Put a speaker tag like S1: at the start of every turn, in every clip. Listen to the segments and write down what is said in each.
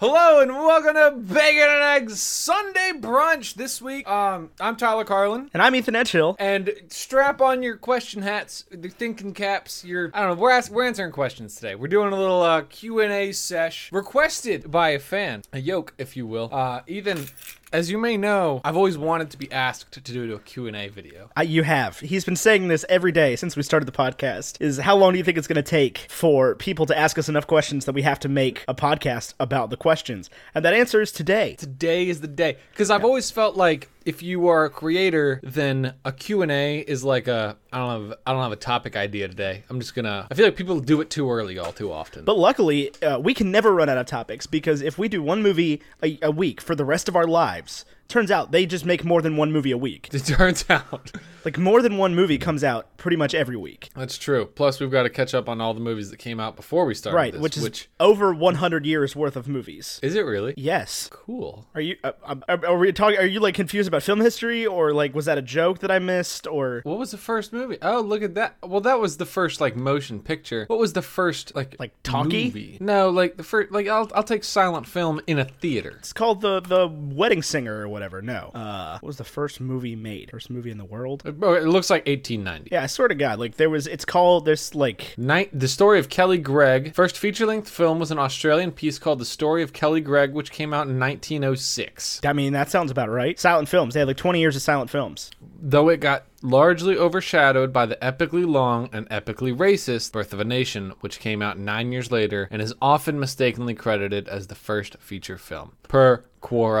S1: Hello and welcome to Bacon and Eggs Sunday brunch this week. Um, I'm Tyler Carlin.
S2: And I'm Ethan Edgehill.
S1: And strap on your question hats, the thinking caps. Your I don't know. We're ask, we're answering questions today. We're doing a little uh, Q and A sesh requested by a fan, a yoke, if you will. Uh, Ethan, as you may know, I've always wanted to be asked to do a Q and A video.
S2: Uh, you have. He's been saying this every day since we started the podcast. Is how long do you think it's going to take for people to ask us enough questions that we have to make a podcast about the questions? And that answer is today.
S1: Today is the day because I've always felt like if you are a creator, then a Q and A is like a I don't have I don't have a topic idea today. I'm just gonna. I feel like people do it too early, all too often.
S2: But luckily, uh, we can never run out of topics because if we do one movie a, a week for the rest of our lives, turns out they just make more than one movie a week.
S1: it turns out.
S2: Like more than one movie comes out pretty much every week.
S1: That's true. Plus, we've got to catch up on all the movies that came out before we started.
S2: Right,
S1: this,
S2: which is over 100 years worth of movies.
S1: is it really
S2: Yes.
S1: cool?
S2: Are you uh, um, are, are we talking? Are you like confused about film history, or like was that a joke that I missed, or
S1: What was the first movie? Oh, look at that. Well, that was the first like motion picture. What was the first like
S2: Like talkie?
S1: movie? No, like the first like I'll I'll take silent film in a theater.
S2: it's called the the Wedding Singer or whatever? No. Uh, what was the first movie made? First movie in the world?
S1: It oh, it looks like 1890.
S2: Yeah, I swear to God, like there was. It's called this like
S1: Night, the story of Kelly Gregg. First feature-length film was an Australian piece called "The Story of Kelly Gregg," which came out in 1906.
S2: I mean that sounds about right. Silent films. They had like 20 years of silent films.
S1: Though it got largely overshadowed by the epically long and epically racist Birth of a Nation, which came out nine years later and is often mistakenly credited as the first feature film, per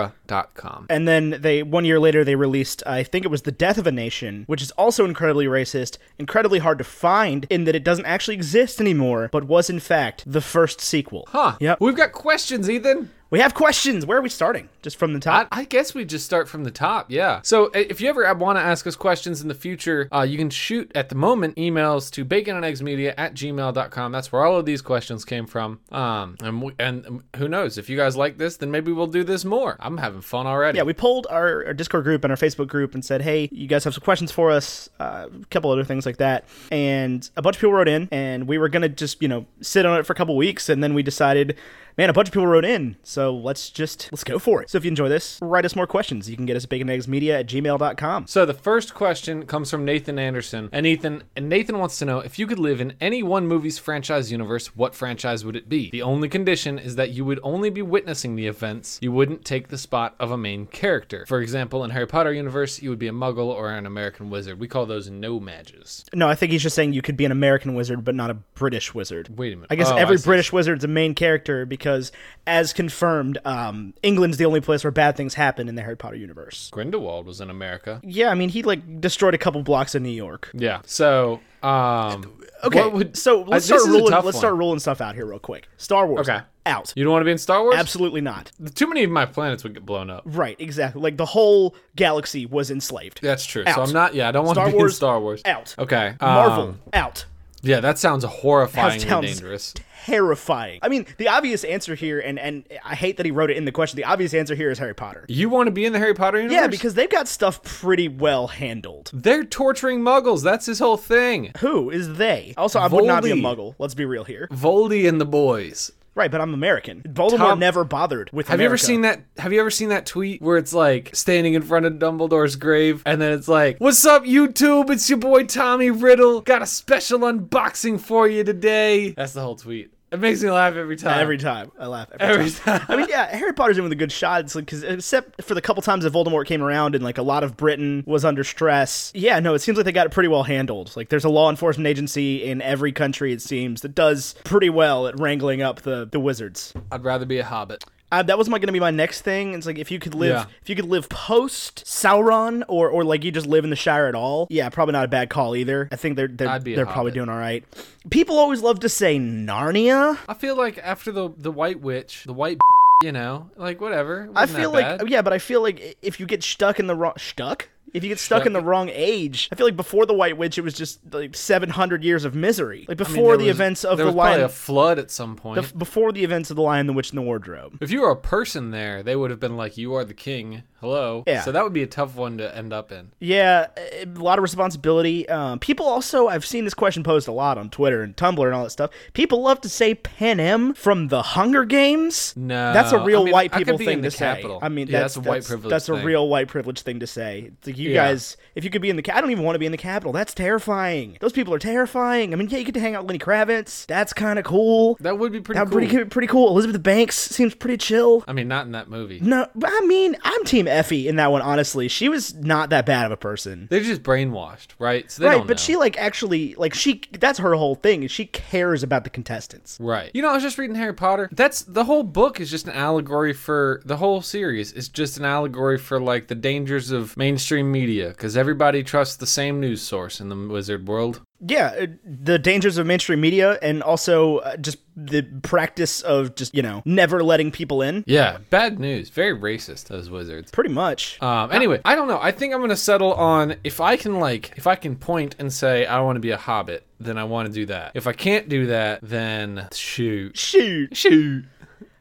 S1: Quora.com.
S2: And then they one year later they released I think it was The Death of a Nation, which is also incredibly racist, incredibly hard to find in that it doesn't actually exist anymore, but was in fact the first sequel.
S1: Huh.
S2: Yep.
S1: We've got questions, Ethan.
S2: We have questions. Where are we starting? Just from the top.
S1: I, I guess we just start from the top, yeah. So i- if you ever want to ask us questions in the future, uh, you can shoot at the moment emails to baconandeggsmedia at gmail.com. That's where all of these questions came from. Um, and, we, and um, who knows? If you guys like this, then maybe we'll do this more. I'm having fun already.
S2: Yeah, we polled our, our Discord group and our Facebook group and said, hey, you guys have some questions for us, uh, a couple other things like that. And a bunch of people wrote in, and we were going to just, you know, sit on it for a couple weeks. And then we decided, man, a bunch of people wrote in. So let's just, let's go for it. So if you enjoy this, write us more questions. You can get us at baconeggsmedia at gmail.com.
S1: So the first question comes from Nathan Anderson, and Ethan and Nathan wants to know if you could live in any one movie's franchise universe, what franchise would it be? The only condition is that you would only be witnessing the events. You wouldn't take the spot of a main character. For example, in Harry Potter universe, you would be a Muggle or an American wizard. We call those no mages.
S2: No, I think he's just saying you could be an American wizard, but not a British wizard.
S1: Wait a minute.
S2: I guess
S1: Oh,
S2: every
S1: see.
S2: British wizard's a main character because, as confirmed, um, England's the only place where bad things happen in the Harry Potter universe.
S1: Grindelwald was in America.
S2: Yeah, I mean, he like destroyed a couple blocks in New York.
S1: Yeah. So, um,
S2: Okay,
S1: what would-
S2: so
S1: Uh, this
S2: let's start
S1: is a
S2: ruling.
S1: tough
S2: Let's
S1: one.
S2: start ruling stuff out here real quick. Star Wars,
S1: Okay.
S2: out.
S1: You don't want to be in Star Wars?
S2: Absolutely not.
S1: Too many of my planets would get blown up.
S2: Right, exactly. Like the whole galaxy was enslaved.
S1: That's true. So
S2: Out.
S1: I'm not. Yeah, I don't want
S2: Star
S1: to be in
S2: Wars,
S1: Star Wars.
S2: out.
S1: Okay. um,
S2: Marvel, out.
S1: Yeah, that sounds horrifyingly
S2: sounds
S1: dangerous.
S2: Terrifying. I mean, the obvious answer here, and and I hate that he wrote it in the question. The obvious answer here is Harry Potter.
S1: You want to be in the Harry Potter universe?
S2: Yeah, because they've got stuff pretty well handled.
S1: they're torturing Muggles. That's his whole thing.
S2: Who is they? Also, I would not be a
S1: Voldy.
S2: muggle. Let's be real here.
S1: Voldy and the boys.
S2: Right, but I'm American. Voldemort
S1: Tom-
S2: never bothered with.
S1: Have you ever
S2: America.
S1: seen that? Have you ever seen that tweet where it's like standing in front of Dumbledore's grave, and then it's like, "What's up, YouTube? It's your boy Tommy Riddle. Got a special unboxing for you today." That's the whole tweet. It makes me laugh every time.
S2: Every time I laugh. Every,
S1: Every
S2: time.
S1: time.
S2: I mean, yeah, Harry Potter's in with a good shot. It's like, cause except for the couple times that Voldemort came around and like a lot of Britain was under stress. Yeah, no, it seems like they got it pretty well handled. Like, there's a law enforcement agency in every country it seems that does pretty well at wrangling up the the wizards.
S1: I'd rather be a hobbit.
S2: Uh, that was my going to be my next thing. It's like if you could live,
S1: Yeah.
S2: if you could live post Sauron, or or like you just live in the Shire at all. Yeah, probably not a bad call either. I think they're they're,
S1: I'd be a
S2: they're probably
S1: hobbit.
S2: doing all right. People always love to say Narnia.
S1: I feel like after the the White Witch, the White, you know, like whatever. It
S2: I
S1: wasn't that
S2: feel like
S1: bad.
S2: yeah, but I feel like i- if you get stuck in the wrong stuck. If you get stuck in the wrong age, I feel like before the White Witch, it was just like 700 years of misery. Like
S1: I mean,
S2: before
S1: there
S2: the
S1: was-
S2: events of
S1: there
S2: the
S1: was probably
S2: Lion,
S1: a flood at some point.
S2: before the events of the Lion, the Witch, and the Wardrobe.
S1: If you were a person there, they would have been like, "You are the king. Hello.
S2: Yeah.
S1: So that would be a tough one to end up in.
S2: Yeah, a lot of responsibility. Um, people also, I've seen this question posed a lot on Twitter and Tumblr and all that stuff. People love to say Pan M from the Hunger Games.
S1: No,
S2: that's a real
S1: I mean,
S2: white
S1: I could
S2: people
S1: be
S2: thing
S1: in the
S2: to say.
S1: Capitol.
S2: I mean,
S1: Yeah,
S2: that's,
S1: that's a white privilege
S2: That's a
S1: thing.
S2: real white privilege thing to say. It's Like you
S1: Yeah.
S2: guys, if you could be in the, ca- I don't even want to be in the Capitol. That's terrifying. Those people are terrifying. I mean, yeah, you get to hang out with Lenny Kravitz. That's kind of cool.
S1: That would be pretty
S2: That
S1: cool.
S2: pretty pretty cool. Elizabeth Banks seems pretty chill.
S1: I mean, not in that movie.
S2: No, but I mean, I'm Team Effie in that one. Honestly, she was not that bad of a person.
S1: They're just brainwashed, right? So they
S2: right,
S1: don't
S2: but
S1: know.
S2: she like actually like she that's her whole thing is she cares about the contestants.
S1: Right. You know, I was just reading Harry Potter. That's the whole book is just an allegory for the whole series. It's just an allegory for like the dangers of mainstream media because everybody trusts the same news source in the wizard world.
S2: Yeah, uh, the dangers of mainstream media and also uh, just the practice of just, you know, never letting people in.
S1: Yeah, bad news. Very racist. Those wizards.
S2: Pretty much.
S1: Um, anyway, I don't know. I think I'm gonna settle on if I can like if I can point and say I want to be a hobbit, then I want to do that. If I can't do that, then shoot,
S2: Shoot.
S1: shoot.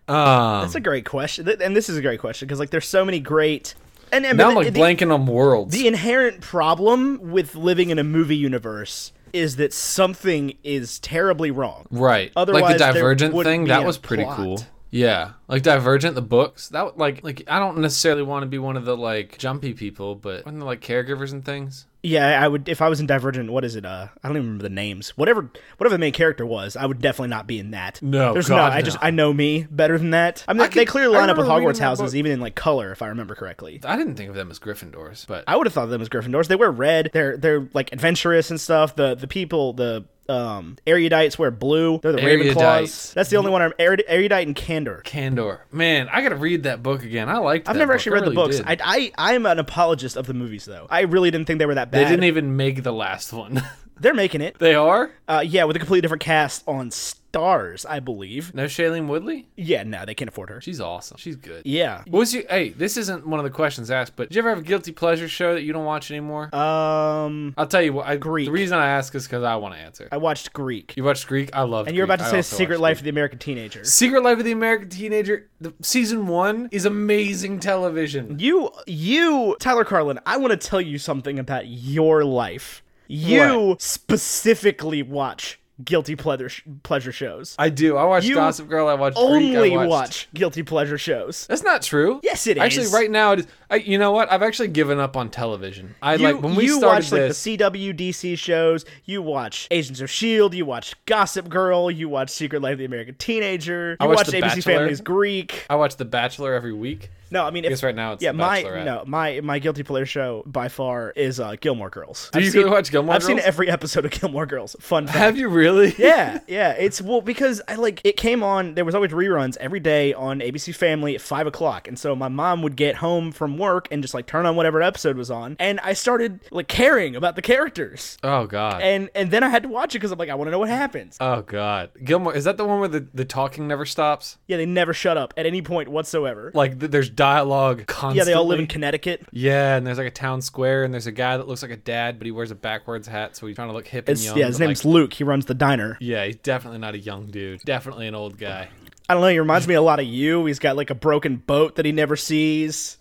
S1: Um,
S2: That's a great question. Th- And this is a great question because like there's so many great and, and
S1: now I'm
S2: the,
S1: like
S2: the-
S1: blanking on worlds.
S2: the inherent problem with living in a movie universe is that something is terribly wrong.
S1: Right. like
S2: Otherwise,
S1: the
S2: there
S1: Divergent
S2: wouldn't
S1: thing,
S2: be
S1: that
S2: a
S1: was pretty
S2: plot.
S1: cool. Yeah. Like Divergent the books. That like like I don't necessarily want to be one of the like jumpy people, but wasn't there, like caregivers and things?
S2: Yeah, I would if I was in Divergent. What is it? Uh, I don't even remember the names. Whatever, whatever the main character was, I would definitely not be in that.
S1: No,
S2: there's
S1: God,
S2: not. I just
S1: no.
S2: I know me better than that. I mean, they
S1: could-
S2: clearly
S1: I
S2: line up with
S1: remember reading
S2: Hogwarts
S1: that
S2: houses,
S1: book.
S2: even in like color, if I remember correctly.
S1: I didn't think of them as Gryffindors, but
S2: I would have thought of them as Gryffindors. They wear red. They're they're like adventurous and stuff. The the people the um erudites wear blue. They're the
S1: Erudites.
S2: Ravenclaws. That's the only one I'm erud- erudite and candor.
S1: Candor. Man, I got to read that book again. I liked
S2: I've never actually read the books. I, I I'm an apologist of the movies though. I really didn't think they were that
S1: they
S2: bad.
S1: didn't e- even make the last one.
S2: They're making it.
S1: they are?
S2: Uh, yeah, with a completely different cast on Stars, I believe.
S1: No Shailene Woodley?
S2: Yeah, no, they can't afford her.
S1: She's awesome. She's good.
S2: Yeah.
S1: What was you Hey, this isn't one of the questions asked, but did you ever have a guilty pleasure show that you don't watch anymore?
S2: Um,
S1: I'll tell you what. I,
S2: Uh, Greek.
S1: The reason I ask is cuz I want to answer.
S2: I watched Greek,
S1: You watched Greek? I love
S2: and you're about to say Secret Life of the American Teenager.
S1: Secret Life of the American Teenager, the, season one is amazing television.
S2: You, you, Tyler Carlin, I want to tell you something about your life. You specifically watch guilty pleasure pleasure shows.
S1: I do. I watched
S2: You
S1: Gossip Girl. I watched
S2: Only
S1: Greek. I watched.
S2: watch guilty pleasure shows.
S1: That's not true.
S2: Yes, it
S1: actually,
S2: is.
S1: right now, it is. I, you know what? I've actually given up on television. I
S2: You,
S1: like when we
S2: you
S1: started
S2: watch
S1: this.
S2: like the CW DC shows. You watch Agents of Shield. E You watch Gossip Girl. You watch Secret Life of the American Teenager. You
S1: watch
S2: watch
S1: The
S2: ABC
S1: Bachelor.
S2: Family's Greek.
S1: I watch The Bachelor every week.
S2: No, I mean, if,
S1: guess right now it's
S2: yeah.
S1: The
S2: my
S1: Bachelorette.
S2: no, my my guilty pleasure show by far is uh, Gilmore Girls. Do
S1: you really watch Gilmore
S2: I've seen
S1: Girls?
S2: every episode of Gilmore Girls. Fun fact.
S1: Have you really?
S2: yeah, yeah. It's well because I like it came on. There was always reruns every day on ABC Family at five o'clock, and so my mom would get home from work and just like turn on whatever episode was on, and I started like caring about the characters,
S1: Oh God.
S2: and and then I had to watch it because I'm like I want to know what happens.
S1: oh God. Gilmore is that the one where the, the talking never stops?
S2: Yeah, they never shut up at any point whatsoever.
S1: Like th- there's dialogue constantly.
S2: Yeah, they all live in Connecticut.
S1: Yeah, and there's like a town square, and there's a guy that looks like a dad, but he wears a backwards hat, so he's trying to look hip and young.
S2: yeah, his
S1: but, like,
S2: name's Luke. He runs the diner.
S1: Yeah, he's definitely not a young dude. Definitely an old guy.
S2: I don't know. He reminds me a lot of you. He's got like a broken boat that he never sees.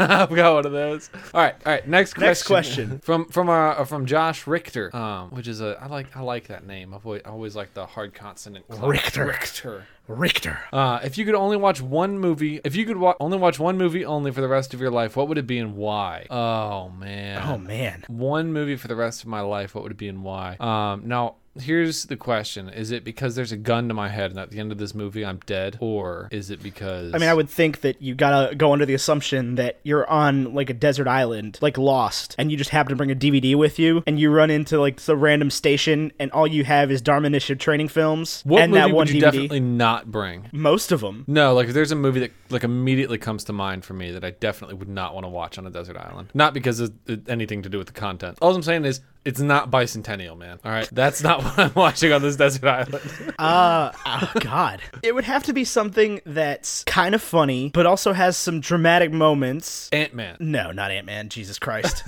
S1: I've got one of those. All right, all right. Next question.
S2: Next question.
S1: from from our uh, from Josh Richter, um, which is a I like I like that name. I've always, I always like the hard consonant.
S2: Richter.
S1: Richter.
S2: Richter.
S1: Uh, if you could only watch one movie, if you could wa- only watch one movie only for the rest of your life, what would it be and why? Oh man.
S2: Oh man.
S1: one movie for the rest of my life, what would it be and why? Um, now, here's the question Is it because there's a gun to my head and at the end of this movie I'm dead? Or is it because.
S2: I mean, I would think that you gotta go under the assumption that you're on like a desert island, like Lost, and you just happen to bring a DVD with you, and you run into like some random station, and all you have is Dharma Initiative training films
S1: What
S2: and
S1: movie
S2: that one
S1: would you
S2: DVD.
S1: definitely not bring?
S2: Most of them.
S1: No, like if there's a movie that like immediately comes to mind for me that I definitely would not want to watch on a desert island. Not because of uh, anything to do with the content. All I'm saying is It's not Bicentennial, man. All right, that's not what I'm watching on this desert island.
S2: Uh, oh God. It would have to be something that's kind of funny, but also has some dramatic moments.
S1: Ant Man.
S2: No, not Ant Man. Jesus Christ.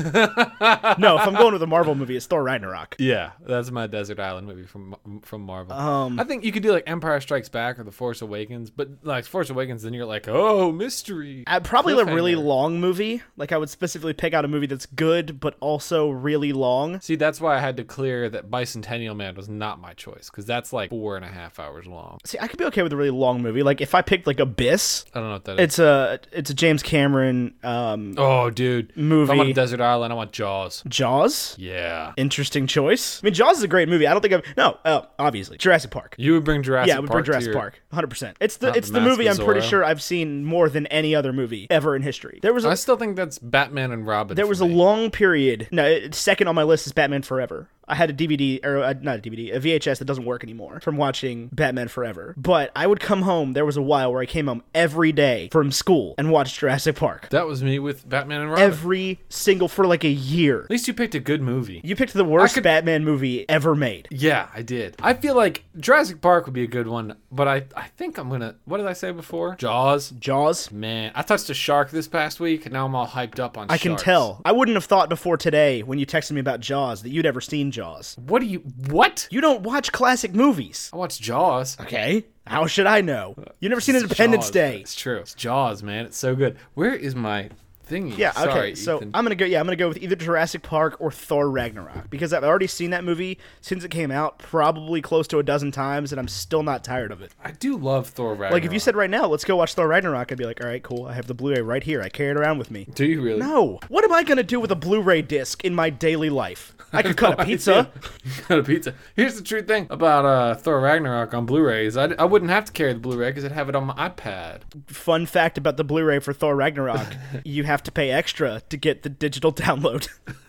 S2: no, if I'm going with a Marvel movie, it's Thor Ragnarok.
S1: Yeah, that's my desert island movie from from Marvel.
S2: Um,
S1: I think you could do like Empire Strikes Back or The Force Awakens, but like Force Awakens, then you're like, oh, mystery.
S2: Uh, probably a really
S1: Cliffhanger.
S2: long movie. Like I would specifically pick out a movie that's good, but also really long.
S1: See, that's why I had to clear that Bicentennial Man was not my choice because that's like four and a half hours long.
S2: See, I could be okay with a really long movie. Like if I picked like Abyss,
S1: I don't know what that is.
S2: it's a it's a James Cameron um,
S1: Oh, dude. If
S2: Movie.
S1: I'm on a desert island, I want Jaws.
S2: Jaws.
S1: Yeah.
S2: Interesting choice. I mean, Jaws is a great movie. I don't think I've no. Oh, obviously Jurassic Park.
S1: You would bring Jurassic
S2: yeah, we bring
S1: Park. to
S2: Jurassic
S1: your-
S2: Park, 100. percent It's the
S1: Not
S2: it's
S1: the
S2: the,
S1: Mask
S2: movie I'm
S1: of
S2: pretty
S1: Zorro.
S2: sure I've seen more than any other movie ever in history. There was a
S1: I still think that's Batman and Robin.
S2: there
S1: for
S2: was a
S1: me.
S2: long period. No, it- second on my list is Batman Forever. I had a DVD or uh, not a DVD, a VHS that doesn't work anymore from watching Batman Forever. But I would come home. There was a while where I came home every day from school and watched Jurassic Park
S1: That was me with Batman and Robin.
S2: every single for like a year.
S1: At least you picked a good movie.
S2: You picked the worst
S1: could-
S2: Batman movie ever made.
S1: Yeah, I did. I feel like Jurassic Park would be a good one, but I, I think I'm gonna. What did I say before? Jaws.
S2: Jaws.
S1: Man, I touched a shark this past week, and now I'm all hyped up on.
S2: I can tell. I wouldn't have thought before today when you texted me about Jaws that you'd ever seen Jaws.
S1: What do you? What?
S2: You don't watch classic movies.
S1: I watched Jaws.
S2: Okay. How should I know? You never seen Independence
S1: Jaws.
S2: Day.
S1: It's true. It's Jaws, man. It's so good. Where is my thingy?
S2: Yeah.
S1: Sorry,
S2: okay. So
S1: Ethan.
S2: I'm gonna go. Yeah, I'm gonna go with either Jurassic Park or Thor Ragnarok because I've already seen that movie since it came out, probably close to a dozen times, and I'm still not tired of it.
S1: I do love Thor Ragnarok.
S2: Like if you said right now, let's go watch Thor Ragnarok, I'd be like, all right, cool. I have the Blu-ray right here. I carry it around with me.
S1: do you really?
S2: No. What am I gonna do with a Blu-ray disc in my daily life? I could cut a pizza.
S1: Got a pizza. Here's the true thing about uh, Thor Ragnarok on Blu-rays. I, I wouldn't have to carry the Blu-ray because I'd have it on my iPad.
S2: Fun fact about the Blu-ray for Thor Ragnarok: you have to pay extra to get the digital download.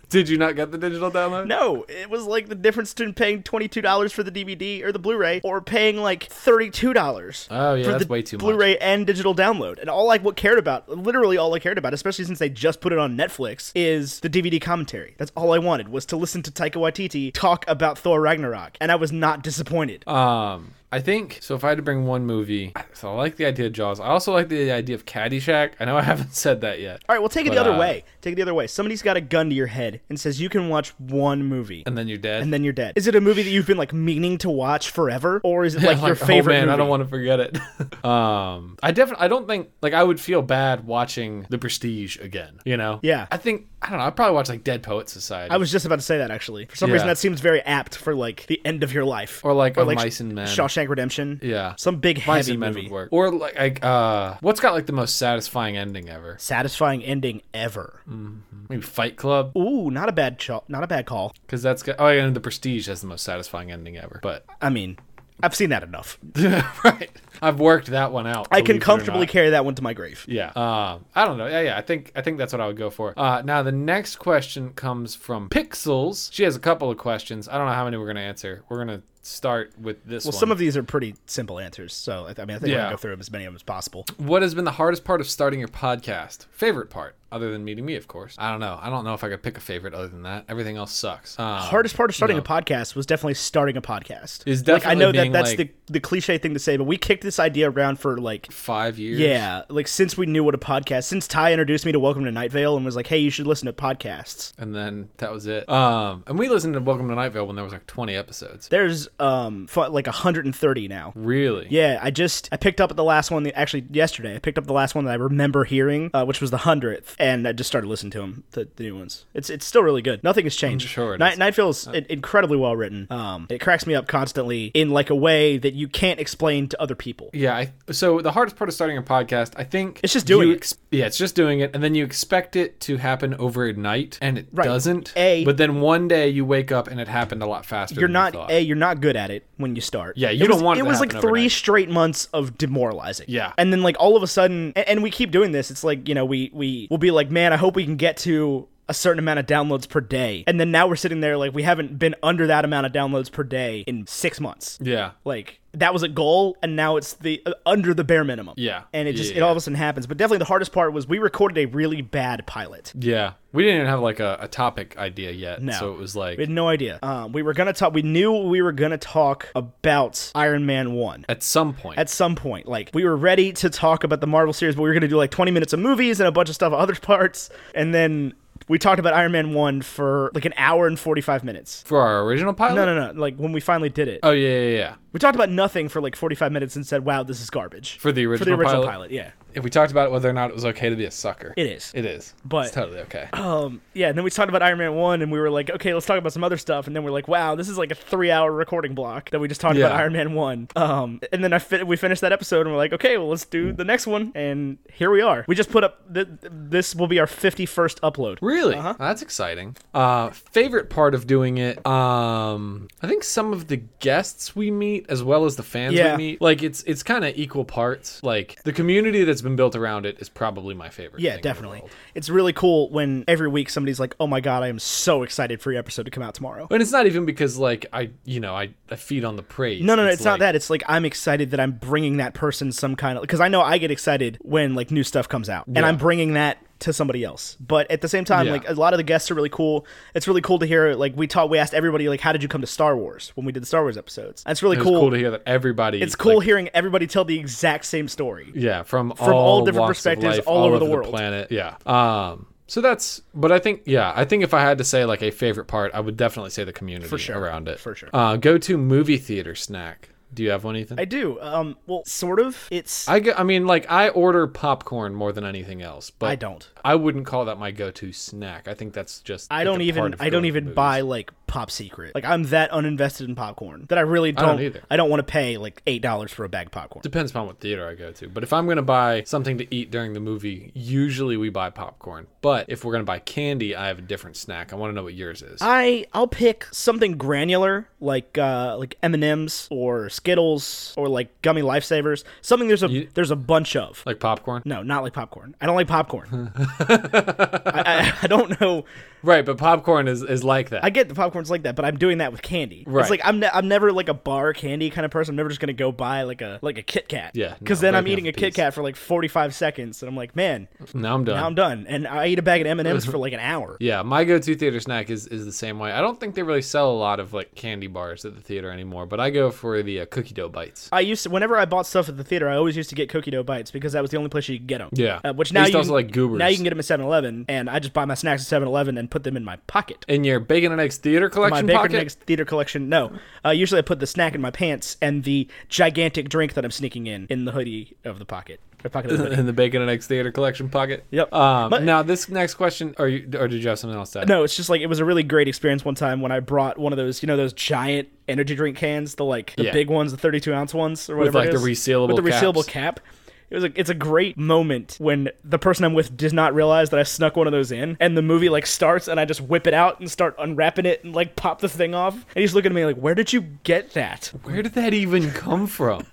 S1: Did you not get the digital download?
S2: No, it was like the difference between paying twenty two dollars for the DVD or the Blu-ray, or paying like thirty two dollars.
S1: Oh, yeah,
S2: for
S1: that's
S2: the
S1: way too much.
S2: Blu-ray and digital download, and all I what cared about, literally all I cared about, especially since they just put it on Netflix, is the DVD commentary. That's all I wanted was to listen to Taika Waititi talk about Thor Ragnarok, and I was not disappointed.
S1: Um, I think so. If I had to bring one movie, I- so I like the idea of Jaws. I also like the idea of Caddyshack. I know I haven't said that yet.
S2: all right, well, take it
S1: but,
S2: the other
S1: uh,
S2: way. Take it the other way. Somebody's got a gun to your head and says you can watch one movie.
S1: And then you're dead.
S2: and then you're dead. Is it a movie that you've been like meaning to watch forever, or is it like,
S1: I'm
S2: your
S1: oh,
S2: favorite?
S1: man, I don't
S2: movie?
S1: want to forget it. um, I definitely, I don't think like I would feel bad watching The Prestige again. You know?
S2: Yeah.
S1: I think I don't know. I'd probably watch like Dead Poet Society.
S2: I was just about to say that actually. For some
S1: Yeah.
S2: reason, that seems very apt for like the end of your life,
S1: or like, or
S2: like,
S1: Mice and Men.
S2: Shawshank Redemption.
S1: Yeah.
S2: some big
S1: Mice
S2: heavy
S1: and Men
S2: movie.
S1: would work. Or like, like uh, what's got like the most satisfying ending ever?
S2: Satisfying ending ever.
S1: Mm. Maybe Fight Club,
S2: Ooh, not a bad cho- not a bad call.
S1: because that's got, oh, yeah, and The Prestige has the most satisfying ending ever. But
S2: I mean, I've seen that enough.
S1: right, I've worked that one out.
S2: I can
S1: believe it or
S2: comfortably
S1: not.
S2: carry that one to my grave.
S1: Yeah. Um, I don't know. Yeah, yeah. I think I think that's what I would go for. Uh, now the next question comes from Pixels. She has a couple of questions. I don't know how many we're gonna answer. We're gonna start with this
S2: Well,
S1: one.
S2: some of these are pretty simple answers, so I, th- I mean, I think we're
S1: Yeah.
S2: gonna go through 'em as many of them as possible.
S1: what has been the hardest part of starting your podcast? Favorite part, other than meeting me, of course. I don't know. I don't know if I could pick a favorite other than that. Everything else sucks. Um,
S2: hardest part of starting
S1: no.
S2: a podcast was definitely starting a podcast.
S1: Is
S2: like I
S1: definitely
S2: know that
S1: being,
S2: that's
S1: like-
S2: the the cliche thing to say, but we kicked this idea around for like
S1: Five years.
S2: yeah, like since we knew what a podcast, since Ty introduced me to Welcome to Night Vale and was like, "Hey, you should listen to podcasts."
S1: And then that was it. Um, and we listened to Welcome to Night Vale when there was like 20 episodes.
S2: There's um fu- like 130 now.
S1: Really?
S2: Yeah, I just I picked up at the last one the, actually yesterday. I picked up the last one that I remember hearing, uh, which was the hundredth, and I just started listening to them, the, the new ones. It's it's still really good. Nothing has changed.
S1: sure it
S2: Night
S1: is. Uh,
S2: Night Vale's in- incredibly well written. Um, it cracks me up constantly in like a way that you can't explain to other people.
S1: Yeah, I, so the hardest part of starting a podcast, I think,
S2: It's just doing
S1: you
S2: it.
S1: ex- Yeah, it's just doing it, and then you expect it to happen overnight, and it doesn't.
S2: A-
S1: but then one day you wake up and it happened a lot faster.
S2: You're
S1: than
S2: not
S1: you thought.
S2: a. You're not good at it when you start.
S1: Yeah, you
S2: It
S1: don't
S2: was-
S1: want it
S2: It
S1: to
S2: was like
S1: happen
S2: three
S1: overnight.
S2: straight months of demoralizing.
S1: Yeah.
S2: and then like all of a sudden, and, and we keep doing this. It's like you know we we will be like, man, I hope we can get to a certain amount of downloads per day, and then now we're sitting there like we haven't been under that amount of downloads per day in six months.
S1: yeah,
S2: Like that was a goal, and now it's the uh, under the bare minimum.
S1: Yeah.
S2: and it
S1: Yeah,
S2: just
S1: yeah,
S2: it all
S1: yeah.
S2: of a sudden happens. But definitely the hardest part was we recorded a really bad pilot.
S1: Yeah. We didn't even have like a, a topic idea yet.
S2: No.
S1: So it was like uh,
S2: We had no idea. Um, we were gonna talk. We knew we were gonna talk about Iron Man One.
S1: at some point.
S2: At some point, like we were ready to talk about the Marvel series, but we were gonna do like 20 minutes of movies and a bunch of stuff, other parts, and then we talked about Iron Man One for like an hour and 45 minutes.
S1: for our original pilot?
S2: No, no, no. Like when we finally did it,
S1: Oh yeah, yeah, yeah.
S2: we talked about nothing for like 45 minutes and said, "Wow, this is garbage."
S1: For the
S2: for the
S1: original
S2: original
S1: pilot.
S2: pilot, yeah,
S1: If we talked about whether or not it was okay to be a sucker.
S2: it is.
S1: It is.
S2: But-
S1: it's totally okay.
S2: Um, yeah, and then we talked about Iron Man 1, and we were like, okay, let's talk about some other stuff. And then we're like, wow, this is like a three hour recording block that we just talked about
S1: Yeah.
S2: Iron Man 1. Um, and then I fi- we finished that episode, and we're like, okay, well, let's do the next one. And here we are. We just put up, th- this will be our 51st upload.
S1: Really?
S2: Uh-huh.
S1: That's exciting. Uh, favorite part of doing it, um, I think some of the guests we meet as well as the fans
S2: Yeah.
S1: we meet, like it's it's kind of equal parts. Like the community that's been built around it is probably my favorite.
S2: Yeah,
S1: thing in the
S2: definitely.
S1: world.
S2: It's really cool when every week somebody's like, oh my God, I am so excited for your episode to come out tomorrow.
S1: And it's not even because like I, you know, I, I feed on the praise.
S2: No, no, no, it's, not
S1: like-
S2: that. It's like I'm excited that I'm bringing that person some kind of because I know I get excited when like new stuff comes out, and I'm bringing that to somebody else. But at the same time,
S1: Yeah.
S2: like a lot of the guests are really cool. It's really cool to hear. Like we taught, we asked everybody like, how did you come to Star Wars when we did the Star Wars episodes? That's really
S1: It was
S2: cool.
S1: cool. to hear that everybody.
S2: It's cool
S1: like,
S2: hearing everybody tell the exact same story.
S1: yeah, from
S2: all different
S1: walks of
S2: perspectives,
S1: life,
S2: all over the world.
S1: planet. Yeah. Um. So that's, but I think, yeah, I think if I had to say like a favorite part, I would definitely say the community
S2: sure.
S1: around it.
S2: For sure.
S1: Uh, go to movie theater snack. Do you have one, Ethan?
S2: I do. Um, well, sort of. It's I,
S1: I, go- I mean, like I order popcorn more than anything else, but
S2: don't.
S1: I wouldn't call that my go-to snack. I think that's just.
S2: I
S1: like,
S2: don't
S1: a part
S2: even
S1: of
S2: I don't
S1: going to
S2: even
S1: movies.
S2: buy like Pop Secret. Like I'm that uninvested in popcorn that I really don't
S1: don't either.
S2: I don't want to pay like eight dollars for a bag of popcorn.
S1: Depends upon what theater I go to, but if I'm gonna buy something to eat during the movie, usually we buy popcorn. But if we're gonna buy candy, I have a different snack. I want to know what yours is.
S2: I I'll pick something granular like uh like M and M's or Skittles or like gummy lifesavers. Something there's a there's a bunch of.
S1: like popcorn,
S2: No, not like popcorn. I don't like popcorn. I, I, I don't know.
S1: right? But popcorn is is like that.
S2: I get the popcorns like that, but I'm doing that with candy. It's
S1: Right.
S2: like I'm ne- I'm never like a bar candy kind of person. I'm never just gonna go buy like a like a Kit Kat.
S1: Yeah, no,
S2: Because then
S1: break
S2: I'm
S1: me off
S2: eating
S1: a
S2: a Kit
S1: piece.
S2: Kat for like 45 seconds, and I'm like, man,
S1: now I'm done.
S2: now I'm done. And I eat a bag of M and M's for like an hour.
S1: yeah, my go-to theater snack is is the same way. I don't think they really sell a lot of like candy bars at the theater anymore, but I go for the uh, cookie dough bites.
S2: I used to, whenever I bought stuff at the theater, I always used to get cookie dough bites because that was the only place you could get them.
S1: Yeah.
S2: Uh, which
S1: They
S2: now
S1: used
S2: you
S1: to also
S2: can-
S1: like Goobers.
S2: Now you can get them at 7-Eleven, and I just buy my snacks at 7-Eleven and put them in my pocket.
S1: in your bacon and eggs theater
S2: My
S1: collection
S2: Baker
S1: pocket.
S2: Next theater collection. No, uh, usually I put the snack in my pants and the gigantic drink that I'm sneaking in in the hoodie of the pocket. The pocket of the hoodie.
S1: in the bacon and eggs theater collection pocket.
S2: Yep.
S1: Um,
S2: But-
S1: now this next question, or you, or did you have something else to add?
S2: No, it's just like it was a really great experience one time when I brought one of those, you know, those giant energy drink cans, the like the
S1: Yeah.
S2: big ones, the 32 ounce ones, or whatever.
S1: like,
S2: it
S1: the
S2: is,
S1: resealable
S2: with the
S1: caps.
S2: resealable cap. It was a, it's a great moment when the person I'm with does not realize that I snuck one of those in, and the movie like starts, and I just whip it out and start unwrapping it and like pop the thing off, and he's looking at me like, "Where did you get that?"
S1: Where did that even come from?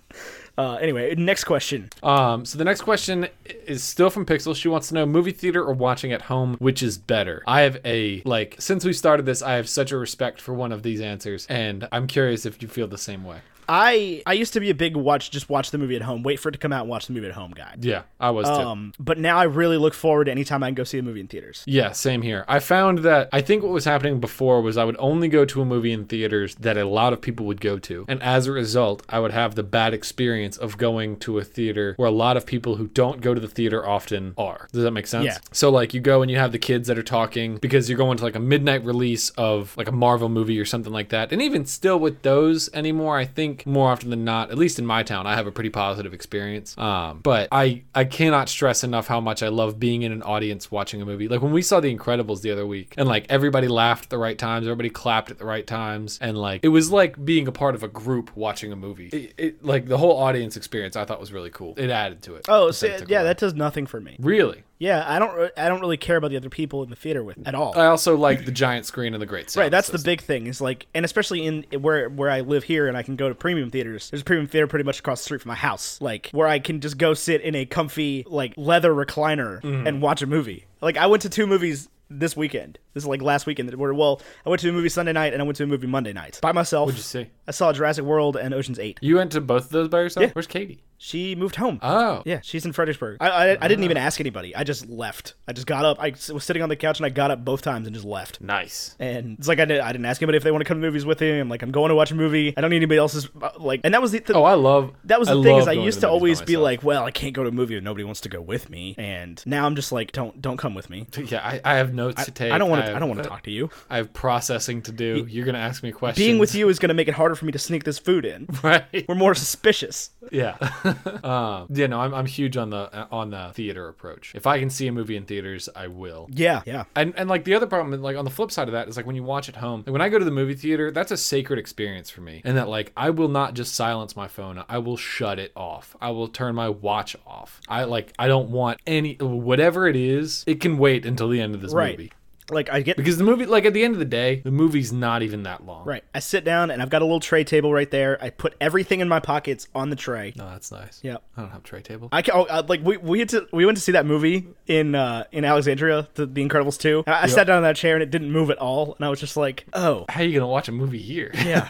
S2: Uh, anyway, next question.
S1: Um, so the next question is still from Pixel. She wants to know movie theater or watching at home, which is better? I have a like since we started this, I have such a respect for one of these answers, and I'm curious if you feel the same way.
S2: I I used to be a big watch, just watch the movie at home, wait for it to come out, and watch the movie at home guy.
S1: Yeah, I was too.
S2: Um, but now I really look forward to any time I can go see a movie in theaters.
S1: Yeah, same here. I found that I think what was happening before was I would only go to a movie in theaters that a lot of people would go to. And as a result, I would have the bad experience of going to a theater where a lot of people who don't go to the theater often are. Does that make sense?
S2: Yeah.
S1: So like you go and you have the kids that are talking because you're going to like a midnight release of like a Marvel movie or something like that. And even still with those anymore, I think more often than not, at least in my town, I have a pretty positive experience. Um, but I I cannot stress enough how much I love being in an audience watching a movie. Like when we saw The Incredibles the other week, and like everybody laughed at the right times, everybody clapped at the right times, and like it was like being a part of a group watching a movie. It, it like the whole audience experience I thought was really cool. It added to it.
S2: Oh,
S1: Instead
S2: so,
S1: of
S2: yeah,
S1: took away.
S2: that does nothing for me.
S1: really.
S2: Yeah, I don't. re- I don't really care about the other people in the theater with at all.
S1: I also like the giant screen and the great sound.
S2: right, that's the
S1: system.
S2: big thing. Is like, and especially in where where I live here, and I can go to premium theaters. There's a premium theater pretty much across the street from my house, like where I can just go sit in a comfy like leather recliner
S1: Mm-hmm.
S2: and watch a movie. Like I went to two movies this weekend. This is like last weekend. Where well, I went to a movie Sunday night and I went to a movie Monday night by myself. What'd
S1: you see?
S2: I saw Jurassic World and Ocean's Eight.
S1: You went to both of those by yourself?
S2: Yeah.
S1: Where's Katie?
S2: She moved home.
S1: Oh.
S2: Yeah, she's in Fredericksburg. Ah. I, I, I didn't even ask anybody. I just left. I just got up. I s- was sitting on the couch and I got up both times and just left.
S1: Nice.
S2: And it's like I, did, I didn't ask anybody if they want to come to movies with me. I'm like, I'm going to watch a movie. I don't need anybody else's uh, like. And that was the, the
S1: Oh, I love
S2: that was the
S1: I
S2: thing
S1: love
S2: is I
S1: going
S2: used
S1: the
S2: to
S1: movies by
S2: always be
S1: myself.
S2: like, well, I can't go to a movie if nobody wants to go with me. And now I'm just like, don't don't come with me.
S1: Yeah, I, I have notes to take.
S2: I don't want
S1: have-
S2: to. I don't want to talk to you.
S1: I have processing to do. You're gonna ask me questions.
S2: Being with you is going to make it harder for me to sneak this food in.
S1: right?
S2: We're more suspicious.
S1: Yeah. um, yeah, no, I'm, I'm huge on the on the theater approach. If I can see a movie in theaters, I will.
S2: Yeah, yeah.
S1: And, and like the other problem, like on the flip side of that, is like when you watch at home. Like when I go to the movie theater, that's a sacred experience for me. And that like I will not just silence my phone. I will shut it off. I will turn my watch off. I like I don't want any whatever it is. It can wait until the end of this
S2: Right.
S1: movie
S2: Like I get
S1: because the movie like at the end of the day, the movie's not even that long.
S2: right. I sit down and I've got a little tray table right there. I put everything in my pockets on the tray.
S1: No, Oh, that's nice.
S2: Yep.
S1: I don't have a tray table.
S2: I can, oh, uh, like we we had to we went to see that movie in uh, in Alexandria, the, the Incredibles two. And I, I sat down in that chair and it didn't move at all, and I was just like, oh
S1: How are you gonna watch a movie here?
S2: yeah.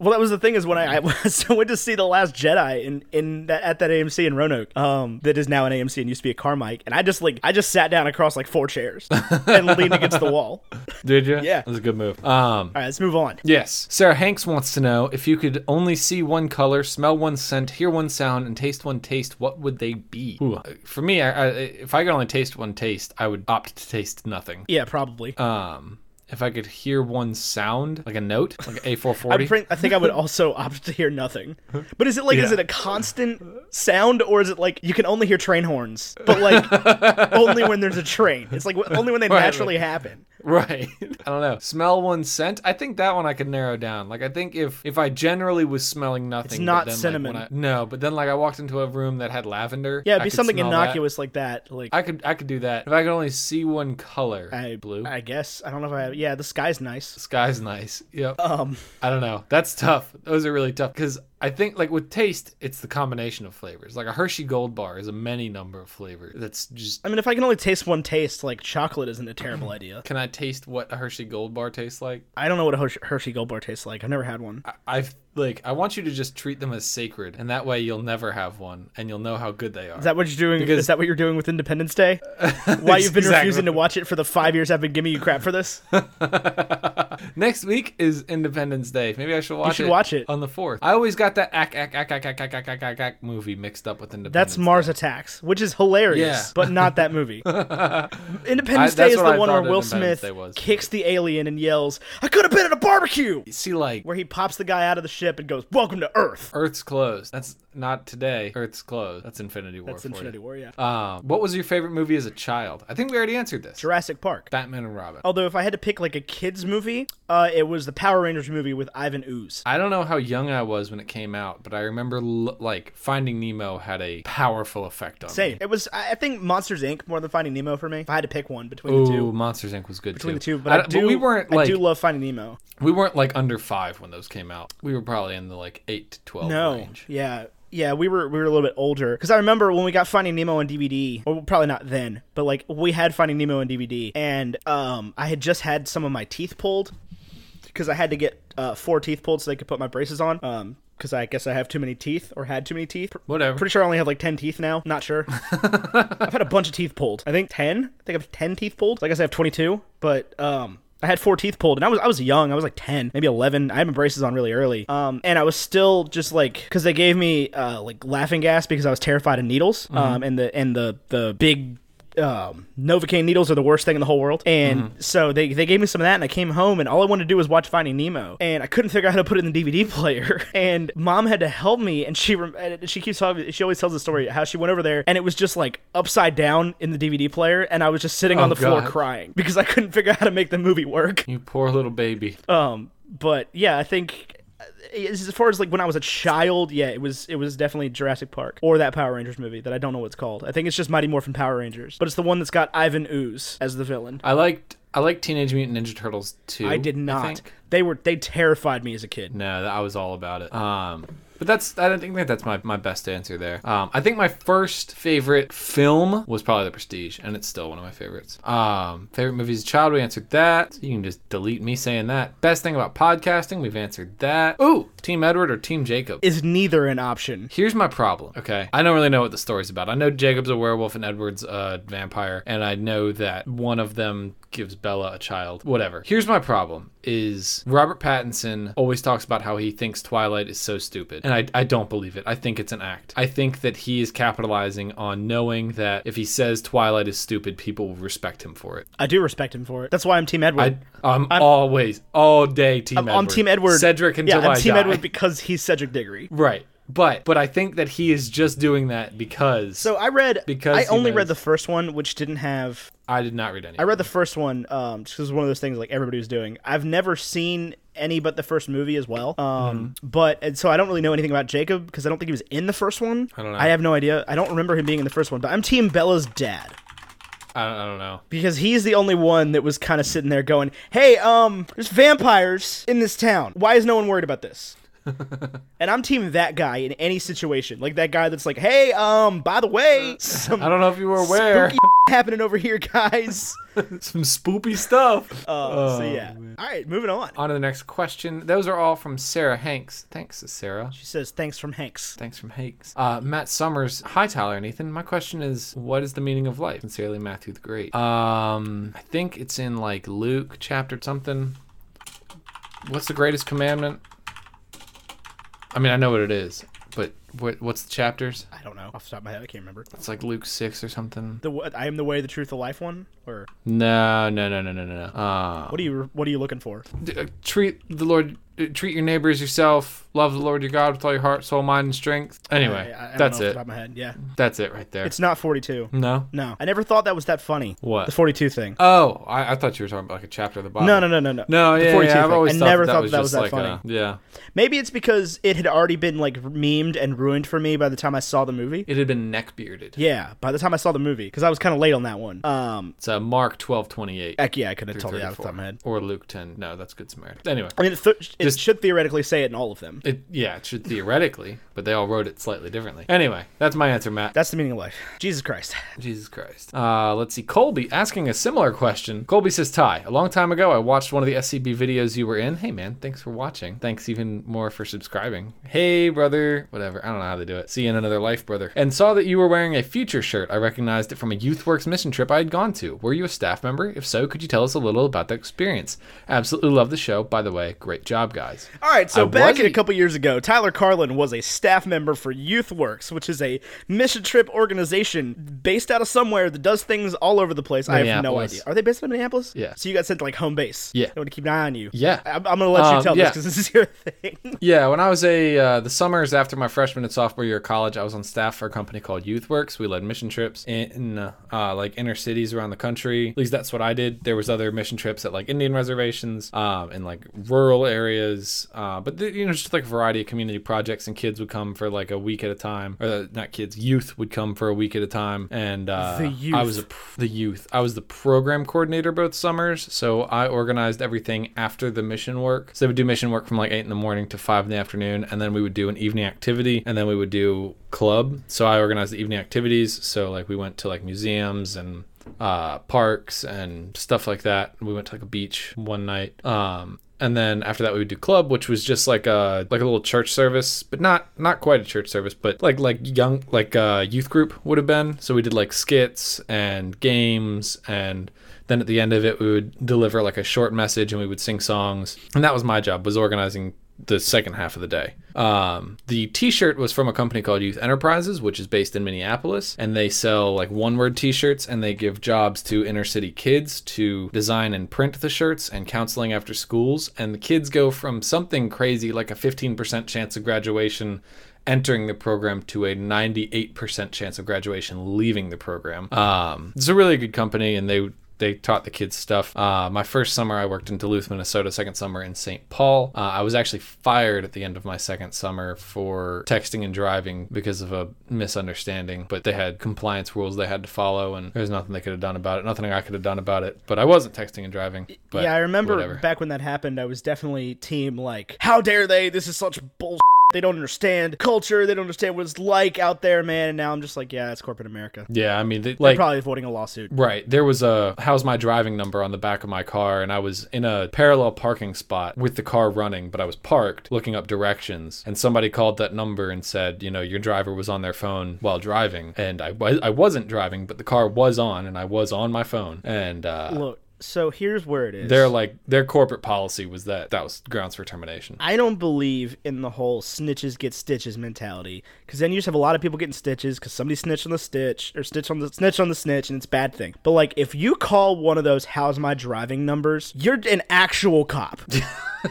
S2: well, that was the thing is when I, I so went to see the Last Jedi in in that at that AMC in Roanoke, um, that is now an AMC and used to be a Carmike, and I just like I just sat down across like four chairs and leaned against the wall. All
S1: Did you?
S2: Yeah.
S1: That was a good move. Um,
S2: right, let's move on.
S1: Yes. Sarah Hanks wants to know if you could only see one color, smell one scent, hear one sound, and taste one taste, what would they be? Ooh. For me, I, I, if I could only taste one taste, I would opt to taste nothing.
S2: Yeah, probably.
S1: Um, if I could hear one sound, like a note, like a
S2: I,
S1: 440.
S2: think, I think I would also opt to hear nothing. But is it like, is
S1: Yeah.
S2: it a constant sound, or is it like you can only hear train horns, but like only when there's a train? It's like only when they
S1: Right,
S2: naturally happen.
S1: right. I don't know. Smell one scent. I think that one I could narrow down. Like I think if if I generally was smelling nothing, but
S2: not
S1: then, like,
S2: cinnamon.
S1: when I- no, but then like I walked into a room that had lavender.
S2: Yeah,
S1: I
S2: it'd be
S1: could
S2: something
S1: smell that.
S2: innocuous like that. Like
S1: I could I could do that if I could only see one color.
S2: I-
S1: blue.
S2: I guess I don't know if I have. Yeah, the sky's nice.
S1: Sky's nice. Yep.
S2: Um,
S1: I don't know. That's tough. Those are really tough because I think like with taste, it's the combination of flavors. Like a Hershey Gold Bar is a many number of flavors. That's just.
S2: I mean, if I can only taste one taste, like chocolate isn't a terrible idea.
S1: Can I taste what a Hershey Gold Bar tastes like?
S2: I don't know what a Hershey, Hershey Gold Bar tastes like. I've never had one.
S1: I, I've like I want you to just treat them as sacred, and that way you'll never have one, and you'll know how good they are.
S2: Is that what you're doing?
S1: Because-
S2: is that what you're doing with Independence Day? Why you've been
S1: Exactly.
S2: refusing to watch it for the five years I've been giving you crap for this?
S1: Next week is Independence Day. Maybe I should watch
S2: should
S1: it.
S2: watch it.
S1: on the fourth. I always got that ack ack ack ack ack ack ack ack ack, ack movie mixed up with Independence.
S2: That's Mars Attacks, which is hilarious,
S1: Yeah.
S2: but not that movie. Independence
S1: I- that's
S2: Day is
S1: what
S2: the
S1: I
S2: one where
S1: thought
S2: Will
S1: Independence
S2: Smith
S1: Day was.
S2: kicks the alien and yells, "I could have been at a barbecue!"
S1: Day. See, like
S2: Where he pops the guy out of the ship and goes, "Welcome to Earth."
S1: Earth's closed. That's not today. Earth's closed. That's Infinity War.
S2: It's
S1: for you.
S2: Infinity War, yeah.
S1: Um, what was your favorite movie as a child? I think we already answered this.
S2: Jurassic Park.
S1: Batman and Robin.
S2: Although if I had to pick like a kids movie, uh, it was the Power Rangers movie with Ivan Ooze.
S1: I don't know how young I was when it came out, but I remember l- like Finding Nemo had a powerful effect on
S2: Same.
S1: me.
S2: It was I I think Monsters Inc. more than Finding Nemo for me. If I had to pick one between the
S1: Ooh,
S2: two.
S1: Monsters Inc. was good
S2: Between
S1: too.
S2: the two, but I,
S1: don't-
S2: do
S1: we weren't
S2: I
S1: like
S2: do love Finding Nemo.
S1: we weren't like under five when those came out. We were probably in the like eight to twelve
S2: No.
S1: range.
S2: Yeah. Yeah, we were we were a little bit older because I remember when we got Finding Nemo on DVD, or probably not then, but like we had Finding Nemo on DVD, and um, I had just had some of my teeth pulled because I had to get uh, four teeth pulled so they could put my braces on. Um, because I guess I have too many teeth or had too many teeth. Pr-
S1: Whatever.
S2: Pretty sure I only have like ten teeth now. Not sure. I've had a bunch of teeth pulled. I think ten. I think I have ten teeth pulled. So I guess I have twenty-two. But um, I had four teeth pulled, and I was I was young. I was like ten, maybe eleven. I had my braces on really early. Um, and I was still just like because they gave me uh like laughing gas because I was terrified of needles. Um, and the and the the big um, Novocaine needles are the worst thing in the whole world. And so they, they gave me some of that, and I came home, and all I wanted to do was watch Finding Nemo, and I couldn't figure out how to put it in the DVD player. And mom had to help me, and she rem- and she keeps telling me, she always tells the story how she went over there, and it was just like upside down in the DVD player, and I was just sitting on the floor
S1: God.
S2: crying because I couldn't figure out how to make the movie work.
S1: You poor little baby.
S2: Um, but yeah, I think uh, as as far as like when I was a child, yeah, it was it was definitely Jurassic Park or that Power Rangers movie that I don't know what it's called. I think it's just Mighty Morphin Power Rangers, but it's the one that's got Ivan Ooze as the villain.
S1: I liked I liked Teenage Mutant Ninja Turtles too.
S2: I did not.
S1: think.
S2: they were they terrified me as a kid.
S1: No, that- I was all about it. Um, But that's I don't think that that's my, my best answer there. Um, I think my first favorite film was probably The Prestige, and it's still one of my favorites. Um, favorite movie as a child, we answered that. You can just delete me saying that. Best thing about podcasting, we've answered that. Ooh, Team Edward or Team Jacob.
S2: Is neither an option.
S1: Here's my problem. Okay, I don't really know what the story's about. I know Jacob's a werewolf and Edward's a vampire, and I know that one of them gives Bella a child. Whatever. Here's my problem: is Robert Pattinson always talks about how he thinks Twilight is so stupid, and I I don't believe it. I think it's an act. I think that he is capitalizing on knowing that if he says Twilight is stupid, people will respect him for it.
S2: I do respect him for it. That's why I'm Team Edward.
S1: I I'm, always all day Team
S2: I'm
S1: Edward.
S2: on Team Edward.
S1: Cedric until
S2: yeah,
S1: I
S2: I'm Team
S1: die.
S2: Edward because he's Cedric Diggory.
S1: right. But but I think that he is just doing that because
S2: So I read
S1: Because
S2: I
S1: he
S2: only
S1: knows.
S2: read the first one, which didn't have.
S1: I did not read any.
S2: I read the first one um, just 'cause it was one of those things like everybody was doing. I've never seen any but the first movie as well. Um,
S1: Mm-hmm.
S2: But and so I don't really know anything about Jacob because I don't think he was in the first one.
S1: I don't know.
S2: I have no idea. I don't remember him being in the first one. But I'm Team Bella's dad.
S1: I don't, I don't know.
S2: because he's the only one that was kind of sitting there going, "Hey, um, there's vampires in this town. Why is no one worried about this?" and I'm teaming that guy in any situation, like that guy that's like, "Hey, um, by the way, some
S1: I don't know if you were aware.
S2: spooky happening over here, guys."
S1: Some spoopy stuff.
S2: Uh, so
S1: Oh,
S2: yeah. All right, moving on.
S1: on to the next question. Those are all from Sarah Hanks. Thanks, Sarah.
S2: She says, "Thanks from Hanks."
S1: Thanks from Hanks. Uh, Matt Summers. Hi, Tyler and Ethan. My question is, what is the meaning of life? Sincerely, Matthew the Great. Um, I think it's in like Luke chapter something. What's the greatest commandment? I mean, I know what it is, but what, what's the chapters?
S2: I don't know off the top of my head. I can't remember.
S1: It's like Luke six or something.
S2: The what, I am the way, the truth, the life one, or
S1: No, no, no, no, no, no, no. Um,
S2: what are you what are you looking for?
S1: d- uh, treat the Lord, uh, treat your neighbors yourself. Love the Lord your God with all your heart, soul, mind, and strength. Anyway,
S2: I- I
S1: that's
S2: don't know off the
S1: it.
S2: top of my head. Yeah,
S1: That's it right there.
S2: it's not 42.
S1: no.
S2: No, I never thought that was that funny.
S1: What?
S2: the 42 thing?
S1: Oh, I, I thought you were talking about like a chapter of the Bible.
S2: No, no, no, no, no.
S1: No,
S2: The
S1: yeah,
S2: 42
S1: yeah, I've
S2: thing.
S1: always
S2: I
S1: thought
S2: never
S1: that,
S2: thought
S1: was
S2: that
S1: just
S2: was that
S1: like
S2: funny.
S1: a- yeah,
S2: Maybe it's because it had already been like memed and ruined for me by the time I saw the movie.
S1: it had been neck bearded.
S2: yeah, by the time I saw the movie, because I was kind of late on that one. Um,
S1: It's uh, Mark twelve twenty eight.
S2: heck yeah, I could have told you out off the top of my head.
S1: Or Luke ten. No, that's Good Samaritan. Anyway,
S2: I mean, it, th- it
S1: Just-
S2: should theoretically say it in all of them.
S1: it yeah, it should theoretically, but they all wrote it slightly differently. Anyway, that's my answer, Matt.
S2: That's the meaning of life. Jesus Christ.
S1: Jesus Christ. Uh, let's see. Colby asking a similar question. Colby says, Ty, a long time ago, I watched one of the SCB videos you were in. Hey, man, thanks for watching. Thanks even more for subscribing. Hey, brother. Whatever. I don't know how they do it. See you in another life, brother. And saw that you were wearing a future shirt. I recognized it from a YouthWorks mission trip I had gone to. Were you a staff member? If so, could you tell us a little about that experience? Absolutely love the show. By the way, great job, guys.
S2: All right, so
S1: I
S2: back
S1: was
S2: in
S1: a-
S2: a couple years ago, Tyler Carlin was a staff member for YouthWorks, which is a mission trip organization based out of somewhere that does things all over the place. I have no
S1: Minneapolis.
S2: idea. Are they based out of Minneapolis?
S1: Yeah.
S2: So you got sent to like home base.
S1: Yeah.
S2: I want to keep an eye on you.
S1: Yeah.
S2: I- I'm, I'm gonna let
S1: Um,
S2: you tell
S1: yeah.
S2: this 'cause this is your thing.
S1: Yeah, when I was a uh, the summers after my freshman and sophomore year of college, I was on staff for a company called YouthWorks. We led mission trips in uh, uh, like inner cities around the country. At least that's what I did. There was other mission trips at like Indian reservations um, and like rural areas, uh, but th- you know just like a variety of community projects. And kids would come for like a week at a time, or uh, not kids, youth would come for a week at a time. And uh,
S2: The
S1: I
S2: youth.
S1: was a pr- the youth. I was the program coordinator both summers, so I organized everything after the mission work. So they would do mission work from like eight in the morning to five in the afternoon, and then we would do an evening activity, and then we would do club. So I organized the evening activities. So like we went to like museums and uh, parks and stuff like that. We went to like a beach one night. Um, and then after that we would do club which was just like a like a little church service but not not quite a church service but like like young like uh youth group would have been so we did like skits and games and then at the end of it we would deliver like a short message and we would sing songs and that was my job was organizing the second half of the day. Um, the T-shirt was from a company called Youth Enterprises, which is based in Minneapolis, and they sell like one-word T-shirts, and they give jobs to inner-city kids to design and print the shirts and counseling after schools. And the kids go from something crazy like a 15% chance of graduation entering the program to a 98% chance of graduation leaving the program. Um, it's a really good company, and they they taught the kids stuff. Uh, my first summer, I worked in Duluth, Minnesota. Second summer in St. Paul. Uh, I was actually fired at the end of my second summer for texting and driving because of a misunderstanding. But they had compliance rules they had to follow, and there was nothing they could have done about it. Nothing I could have done about it. But I wasn't texting and driving. But
S2: yeah, I remember
S1: whatever.
S2: back when that happened. I was definitely team like, how dare they? This is such bullshit. They don't understand culture. They don't understand what it's like out there, man. And now I'm just like, yeah, it's corporate America.
S1: Yeah, I mean, they, like
S2: Probably avoiding a lawsuit.
S1: Right. There was a how's my driving number on the back of my car, and I was in a parallel parking spot with the car running, but I was parked looking up directions. And somebody called that number and said, you know, your driver was on their phone while driving. And I, wa- I wasn't driving, but the car was on, and I was on my phone. And uh,
S2: Look, so here's where it is.
S1: their like their corporate policy was that that was grounds for termination.
S2: I don't believe in the whole snitches get stitches mentality because then you just have a lot of people getting stitches because somebody snitched on the stitch or stitch on the snitch on the snitch and it's a bad thing. But like if you call one of those "How's my driving?" numbers, you're an actual cop.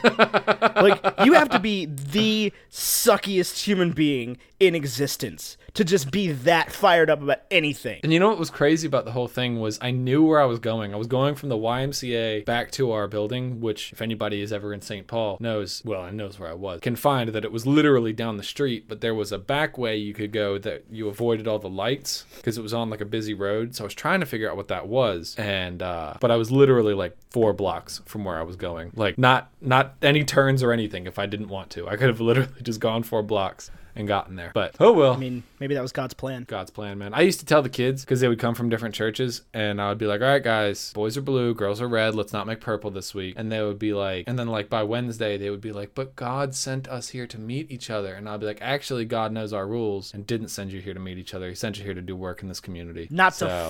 S2: like you have to be the suckiest human being in existence to just be that fired up about anything.
S1: And you know what was crazy about the whole thing was I knew where I was going. I was going from the YMCA back to our building, which if anybody is ever in St. Paul knows, well, and knows where I was, can find that it was literally down the street, but there was a back way you could go that you avoided all the lights because it was on like a busy road. So I was trying to figure out what that was, and uh, but I was literally like four blocks from where I was going, like not not any turns or anything. If I didn't want to, I could have literally just gone four blocks and gotten there. But oh well.
S2: I mean, maybe that was God's plan.
S1: God's plan, man. I used to tell the kids because they would come from different churches, and I would be like, "All right, guys, boys are blue, girls are red. Let's not make purple this week." And they would be like, and then like by Wednesday they would be like, "But God sent us here to meet each other," and I'd be like, "Actually, God knows our rules and didn't send you here to meet each other. He sent you here to do work in this community."
S2: Not to
S1: so.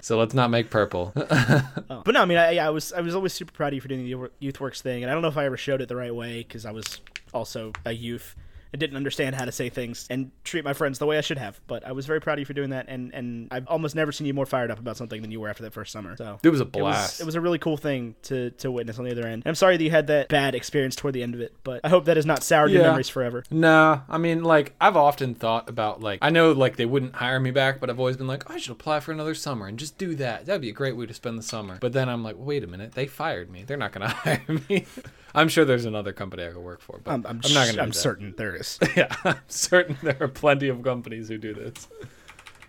S1: so let's not make purple.
S2: Oh. But no, I mean, I, I was I was always super proud of you for doing the Youth- YouthWorks thing, and I don't know if I ever showed it the right way because I was also a youth and didn't understand how to say things and treat my friends the way I should have. But I was very proud of you for doing that, and and I've almost never seen you more fired up about something than you were after that first summer. So
S1: it was a
S2: it
S1: blast.
S2: was, it was a really cool thing to to witness on the other end. And I'm sorry that you had that bad experience toward the end of it, but I hope that has not soured your
S1: Yeah.
S2: memories forever.
S1: Nah, I mean, like, I've often thought about, like, I know, like, they wouldn't hire me back, but I've always been like, "Oh, I should apply for another summer and just do that. That'd be a great way to spend the summer. But then I'm like, wait a minute, they fired me. They're not going to hire me. I'm sure there's another company I could work for, but
S2: I'm,
S1: I'm, not
S2: I'm, sh-
S1: going to.
S2: I'm certain there is.
S1: Yeah, I'm certain there are plenty of companies who do this.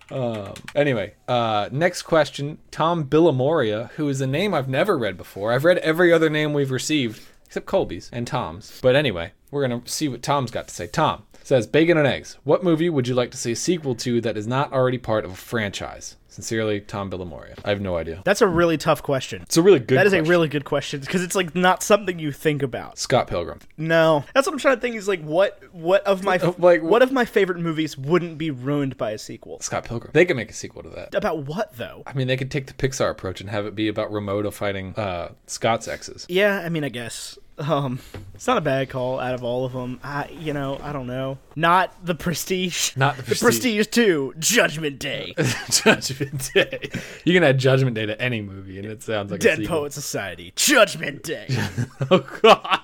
S1: Um, anyway, uh, next question Tom Billamoria, who is a name I've never read before. I've read every other name we've received except Colby's and Tom's. But anyway, we're going to see what Tom's got to say. Tom says, Bacon and Eggs, what movie would you like to see a sequel to that is not already part of a franchise? Sincerely, Tom Billamoria. I have no idea.
S2: That's a really tough question.
S1: It's a really good
S2: That is a
S1: question.
S2: really good question because it's like not something you think about.
S1: Scott Pilgrim.
S2: No, that's what I'm trying to think. Is like what what of my
S1: Of, like,
S2: what of my favorite movies wouldn't be ruined by a sequel?
S1: Scott Pilgrim. They could make a sequel to that.
S2: About what though?
S1: I mean, they could take the Pixar approach and have it be about Ramona fighting uh, Scott's exes.
S2: Yeah, I mean, I guess um, it's not a bad call out of all of them. I you know I don't know. Not the Prestige.
S1: Not The
S2: Prestige Two. Judgment Day.
S1: Judgment Day. You can add Judgment Day to any movie, and it sounds like a
S2: Dead
S1: sequel.
S2: Poet Society. Judgment Day.
S1: Oh God,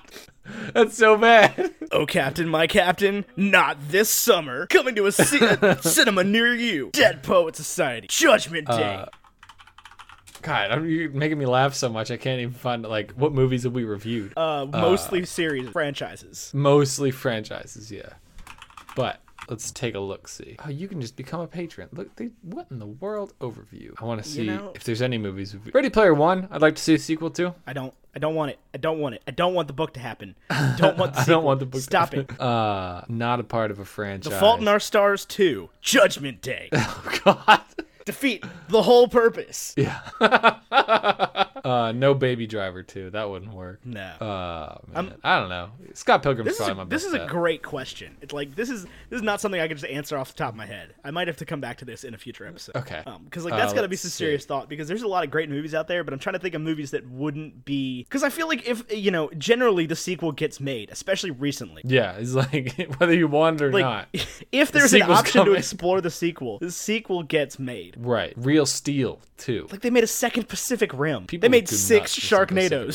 S1: that's so bad.
S2: oh Captain, my Captain. Not this summer. Coming to a, ci- a cinema near you. Dead Poet Society. Judgment Day.
S1: God, I'm, you're making me laugh so much. I can't even find like what movies have we reviewed.
S2: uh, mostly series franchises.
S1: Mostly franchises, yeah. But let's take a look. See, oh, you can just become a patron. Look, they, what in the world overview? I want to see
S2: know-
S1: if there's any movies. we've- Ready Player One. I'd like to see a sequel to.
S2: I don't. I don't want it. I don't want it. I don't want the book to happen. I don't want. The
S1: I
S2: sequel.
S1: don't want the book. to-
S2: Stop it.
S1: Uh, not a part of a franchise.
S2: The Fault in Our Stars Two: Judgment Day.
S1: Oh God.
S2: Defeat the whole purpose.
S1: Uh, no Baby Driver too. That wouldn't work.
S2: No.
S1: Uh, man, I don't know. Scott Pilgrim's
S2: this is,
S1: probably
S2: a,
S1: my
S2: this
S1: best.
S2: is a
S1: bet.
S2: great question. It's like this is this is not something I can just answer off the top of my head. I might have to come back to this in a future episode.
S1: Okay.
S2: Because
S1: Uh,
S2: like that's got to be
S1: let's
S2: some
S1: see.
S2: serious thought. Because there's a lot of great movies out there, but I'm trying to think of movies that wouldn't be. Because I feel like if you know, generally the sequel gets made, especially recently.
S1: Yeah, it's like whether you want it or not.
S2: Like, if there's an
S1: sequel's
S2: option
S1: coming.
S2: to explore the sequel, the sequel gets made.
S1: Right. Real Steel too.
S2: Like they made a second Pacific Rim.
S1: People
S2: they made
S1: do not
S2: six
S1: listen to
S2: Sharknados.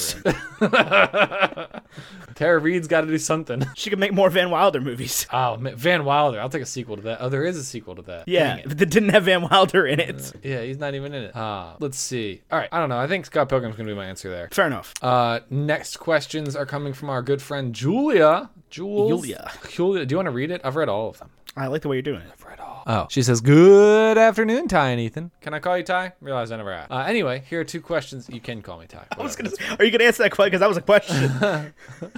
S1: cigarette. Tara Reid's got to do something.
S2: she could make more Van Wilder movies.
S1: Oh, man, Van Wilder. I'll take a sequel to that. Oh, there is a sequel to that.
S2: Yeah,
S1: Dang it.
S2: that didn't have Van Wilder in it.
S1: Yeah, he's not even in it. Uh, let's see. All right. I don't know. I think Scott Pilgrim's gonna be my answer there.
S2: Fair enough.
S1: Uh, next questions are coming from our good friend Julia. Jules.
S2: Julia.
S1: Julia. Do you want to read it? I've read all of them.
S2: I like the way you're doing it.
S1: I've read all. Oh, she says, "Good afternoon, Ty and Ethan. Can I call you Ty?" Realize I never asked. Uh, anyway, here are two questions. You can call me Ty.
S2: I was gonna, are you going to answer that question? Because that was a question.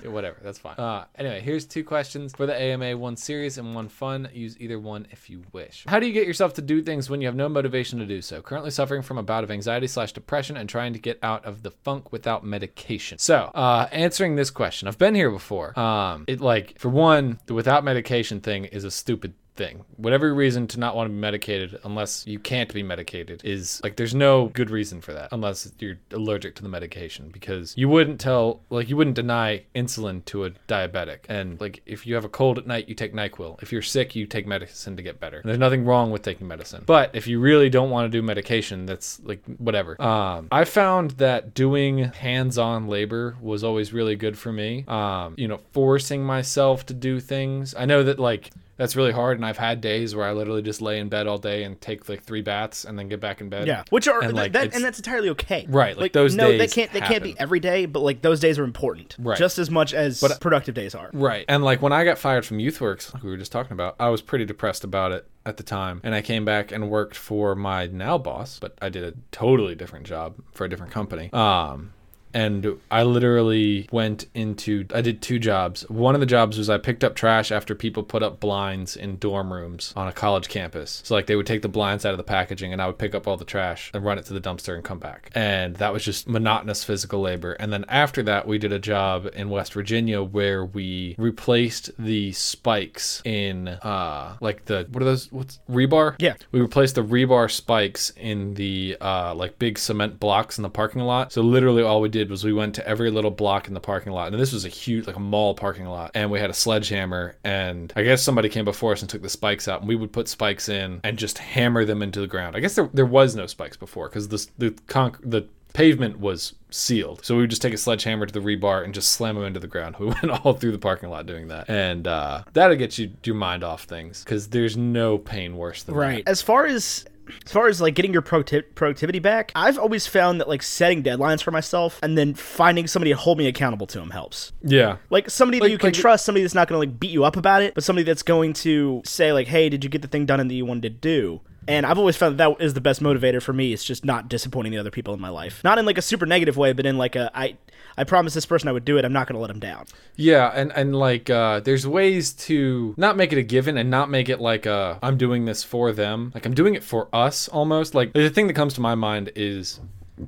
S1: Yeah, whatever that's fine uh, anyway here's two questions for the ama one serious and one fun use either one if you wish how do you get yourself to do things when you have no motivation to do so currently suffering from a bout of anxiety slash depression and trying to get out of the funk without medication so uh, answering this question i've been here before um, it like for one the without medication thing is a stupid thing whatever reason to not want to be medicated unless you can't be medicated is like there's no good reason for that unless you're allergic to the medication because you wouldn't tell like you wouldn't deny insulin to a diabetic and like if you have a cold at night you take nyquil if you're sick you take medicine to get better and there's nothing wrong with taking medicine but if you really don't want to do medication that's like whatever um i found that doing hands-on labor was always really good for me um you know forcing myself to do things i know that like that's really hard and i've had days where i literally just lay in bed all day and take like three baths and then get back in bed
S2: Yeah, which are
S1: And,
S2: and,
S1: like,
S2: that,
S1: it's-
S2: and that's entirely okay.
S1: Right, like, those
S2: no, they
S1: days
S2: can't they can't be
S1: happen.
S2: every day, but like those days are important,
S1: Right.
S2: Just as much as productive days are.
S1: Right. And like when I got fired from YouthWorks, like we were just talking about, I was pretty depressed about it at the time. And I came back and worked for my now boss, but I did a totally different job for a different company. Um and I literally went into I did two jobs. One of the jobs was I picked up trash after people put up blinds in dorm rooms on a college campus. So like they would take the blinds out of the packaging and I would pick up all the trash and run it to the dumpster and come back. And that was just monotonous physical labor. And then after that, we did a job in West Virginia where we replaced the spikes in uh like the what are those what's rebar?
S2: Yeah.
S1: We replaced the rebar spikes in the uh, like big cement blocks in the parking lot. So literally all we did was we went to every little block in the parking lot, and this was a huge like a mall parking lot, and we had a sledgehammer, and I guess somebody came before us and took the spikes out, and we would put spikes in and just hammer them into the ground. I guess there there was no spikes before because the the conc- the pavement was sealed. So we would just take a sledgehammer to the rebar and just slam them into the ground. We went all through the parking lot doing that. And uh, that'll get you your mind off things because there's no pain worse than that.
S2: As far as as far as like getting your producti- productivity back, I've always found that like setting deadlines for myself and then finding somebody to hold me accountable to them helps.
S1: Yeah.
S2: Like somebody that you can
S1: like-
S2: trust, somebody that's not going to like beat you up about it, but somebody that's going to say like, "Hey, did you get the thing done that you wanted to do?" And I've always found that, that is the best motivator for me. It's just not disappointing the other people in my life, not in like a super negative way, but in like a I I promised this person I would do it. I'm not going to let them down.
S1: Yeah, and and like uh there's ways to not make it a given and not make it like uh I'm doing this for them. Like I'm doing it for us almost. Like the thing that comes to my mind is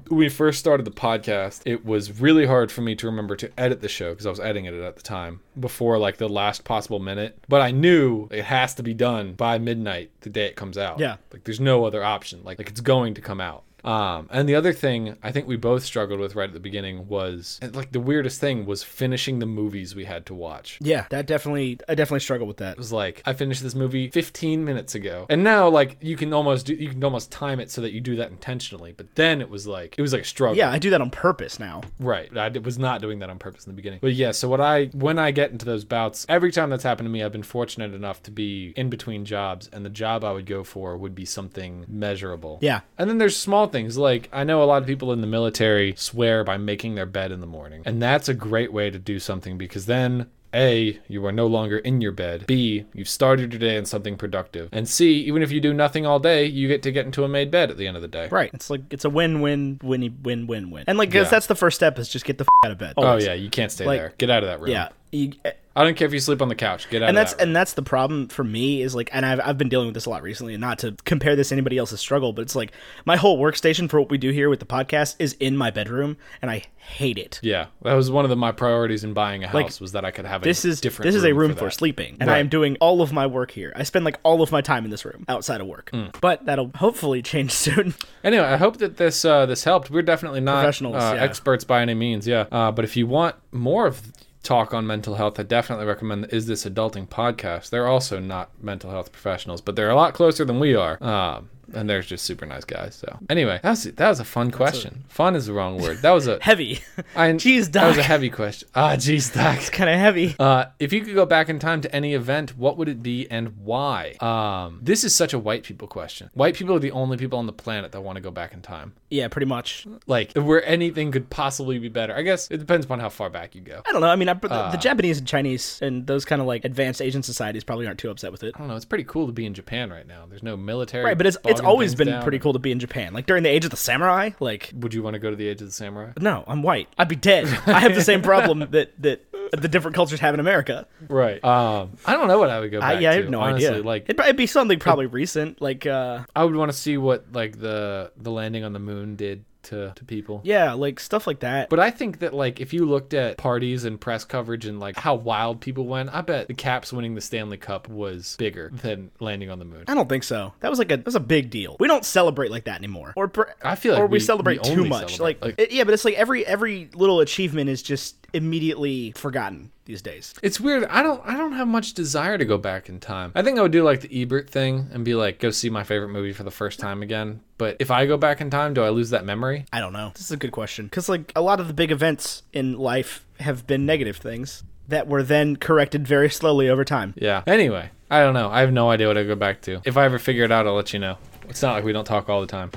S1: when we first started the podcast, it was really hard for me to remember to edit the show because I was editing it at the time before like the last possible minute. But I knew it has to be done by midnight the day it comes out.
S2: Yeah.
S1: Like there's no other option. Like like it's going to come out. Um, and the other thing I think we both struggled with right at the beginning was and, like the weirdest thing was finishing the movies we had to watch. It
S2: Yeah, that definitely I definitely struggle with that.
S1: was like I finished this movie 15 minutes ago, and now like you can almost do, you can almost time it so that you do that intentionally. But then it was like it was like a struggle.
S2: Yeah, I do that on purpose now.
S1: Right. I d- was not doing that on purpose in the beginning. But yeah, so what I when I get into those bouts, every time that's happened to me, I've been fortunate enough to be in between jobs and the job I would go for would be something measurable.
S2: Yeah.
S1: And then there's small things like I know a lot of people in the military swear by making their bed in the morning. And that's a great way to do something because then a, you are no longer in your bed. B, you've started your day in something productive. And C, even if you do nothing all day, you get to get into a made bed at the end of the day.
S2: Right. It's like it's a win win win win win win. And like 'cause
S1: Yeah.
S2: that's the first step is just get the f- out of bed.
S1: Oh
S2: Always.
S1: yeah, you can't stay
S2: Like-
S1: there. Get out of that room.
S2: Yeah. You-
S1: I don't care if you sleep on the couch. Get out.
S2: and
S1: of
S2: that's
S1: that room.
S2: and that's the problem for me is like and I've I've been dealing with this a lot recently and not to compare this to anybody else's struggle, but it's like my whole workstation for what we do here with the podcast is in my bedroom and I hate it.
S1: yeah, that was one of the, my priorities in buying a house was that I could have a
S2: This is
S1: different.
S2: this is a room for,
S1: that.
S2: sleeping, and
S1: Right.
S2: I am doing all of my work here. I spend like all of my time in this room outside of work,
S1: Mm.
S2: but that'll hopefully change soon.
S1: Anyway, I hope that this uh, this helped. We're definitely not
S2: Professionals,
S1: uh,
S2: yeah.
S1: experts by any means, yeah. Uh, but if you want more of talk on mental health, I definitely recommend the Is This Adulting podcast. They're also not mental health professionals, but they're a lot closer than we are. Um, and they're just super nice guys. So anyway, that was that was a fun question. Fun is the wrong word. That was a
S2: Heavy.
S1: I-
S2: Jeez,
S1: That was a
S2: Doc.
S1: heavy question. Ah, jeez, Doc.
S2: kind of heavy.
S1: Uh, if you could go back in time to any event, what would it be and why? Um, this is such a white people question. White people are the only people on the planet that want to go back in time.
S2: Yeah, pretty much.
S1: Like, where anything could possibly be better. I guess it depends upon how far back you go.
S2: I don't know. I mean, I, but the,
S1: Ah.
S2: the Japanese and Chinese and those kind of like advanced Asian societies probably aren't too upset with it.
S1: I don't know. It's pretty cool to be in Japan right now. There's no military.
S2: Right, but it's it's
S1: bogging
S2: always
S1: things
S2: been
S1: down.
S2: pretty cool to be in Japan. Like during the age of the samurai, like
S1: Would you want to go to the Age of the Samurai?
S2: no, I'm white. I'd be dead. I have the same problem that that the different cultures have in America.
S1: Right. Um, I don't know what I would go back
S2: I, yeah, I
S1: to,
S2: have no
S1: honestly.
S2: idea.
S1: Like,
S2: it'd, it'd be something probably recent, like uh,
S1: I would want to see what like the the landing on the moon did to to people.
S2: yeah, like stuff like that.
S1: But I think that like if you looked at parties and press coverage and like how wild people went, I bet the Caps winning the Stanley Cup was bigger than landing on the moon.
S2: I don't think so. That was like a that was a big deal. We don't celebrate like that anymore. Or per,
S1: I feel like
S2: or we,
S1: we- we
S2: celebrate too
S1: only
S2: much.
S1: celebrate,
S2: like
S1: like-
S2: it- yeah, but it's like every every little achievement is just immediately forgotten these days.
S1: It's weird. I don't I don't have much desire to go back in time. I think I would do like the Ebert thing and be like go see my favorite movie for the first time again. But if I go back in time, do I lose that memory?
S2: I don't know. This is a good question because like a lot of the big events in life have been negative things that were then corrected very slowly over time.
S1: Yeah. Anyway, I don't know. I have no idea what I go back to. If I ever figure it out, I'll let you know. It's not like we don't talk all the time.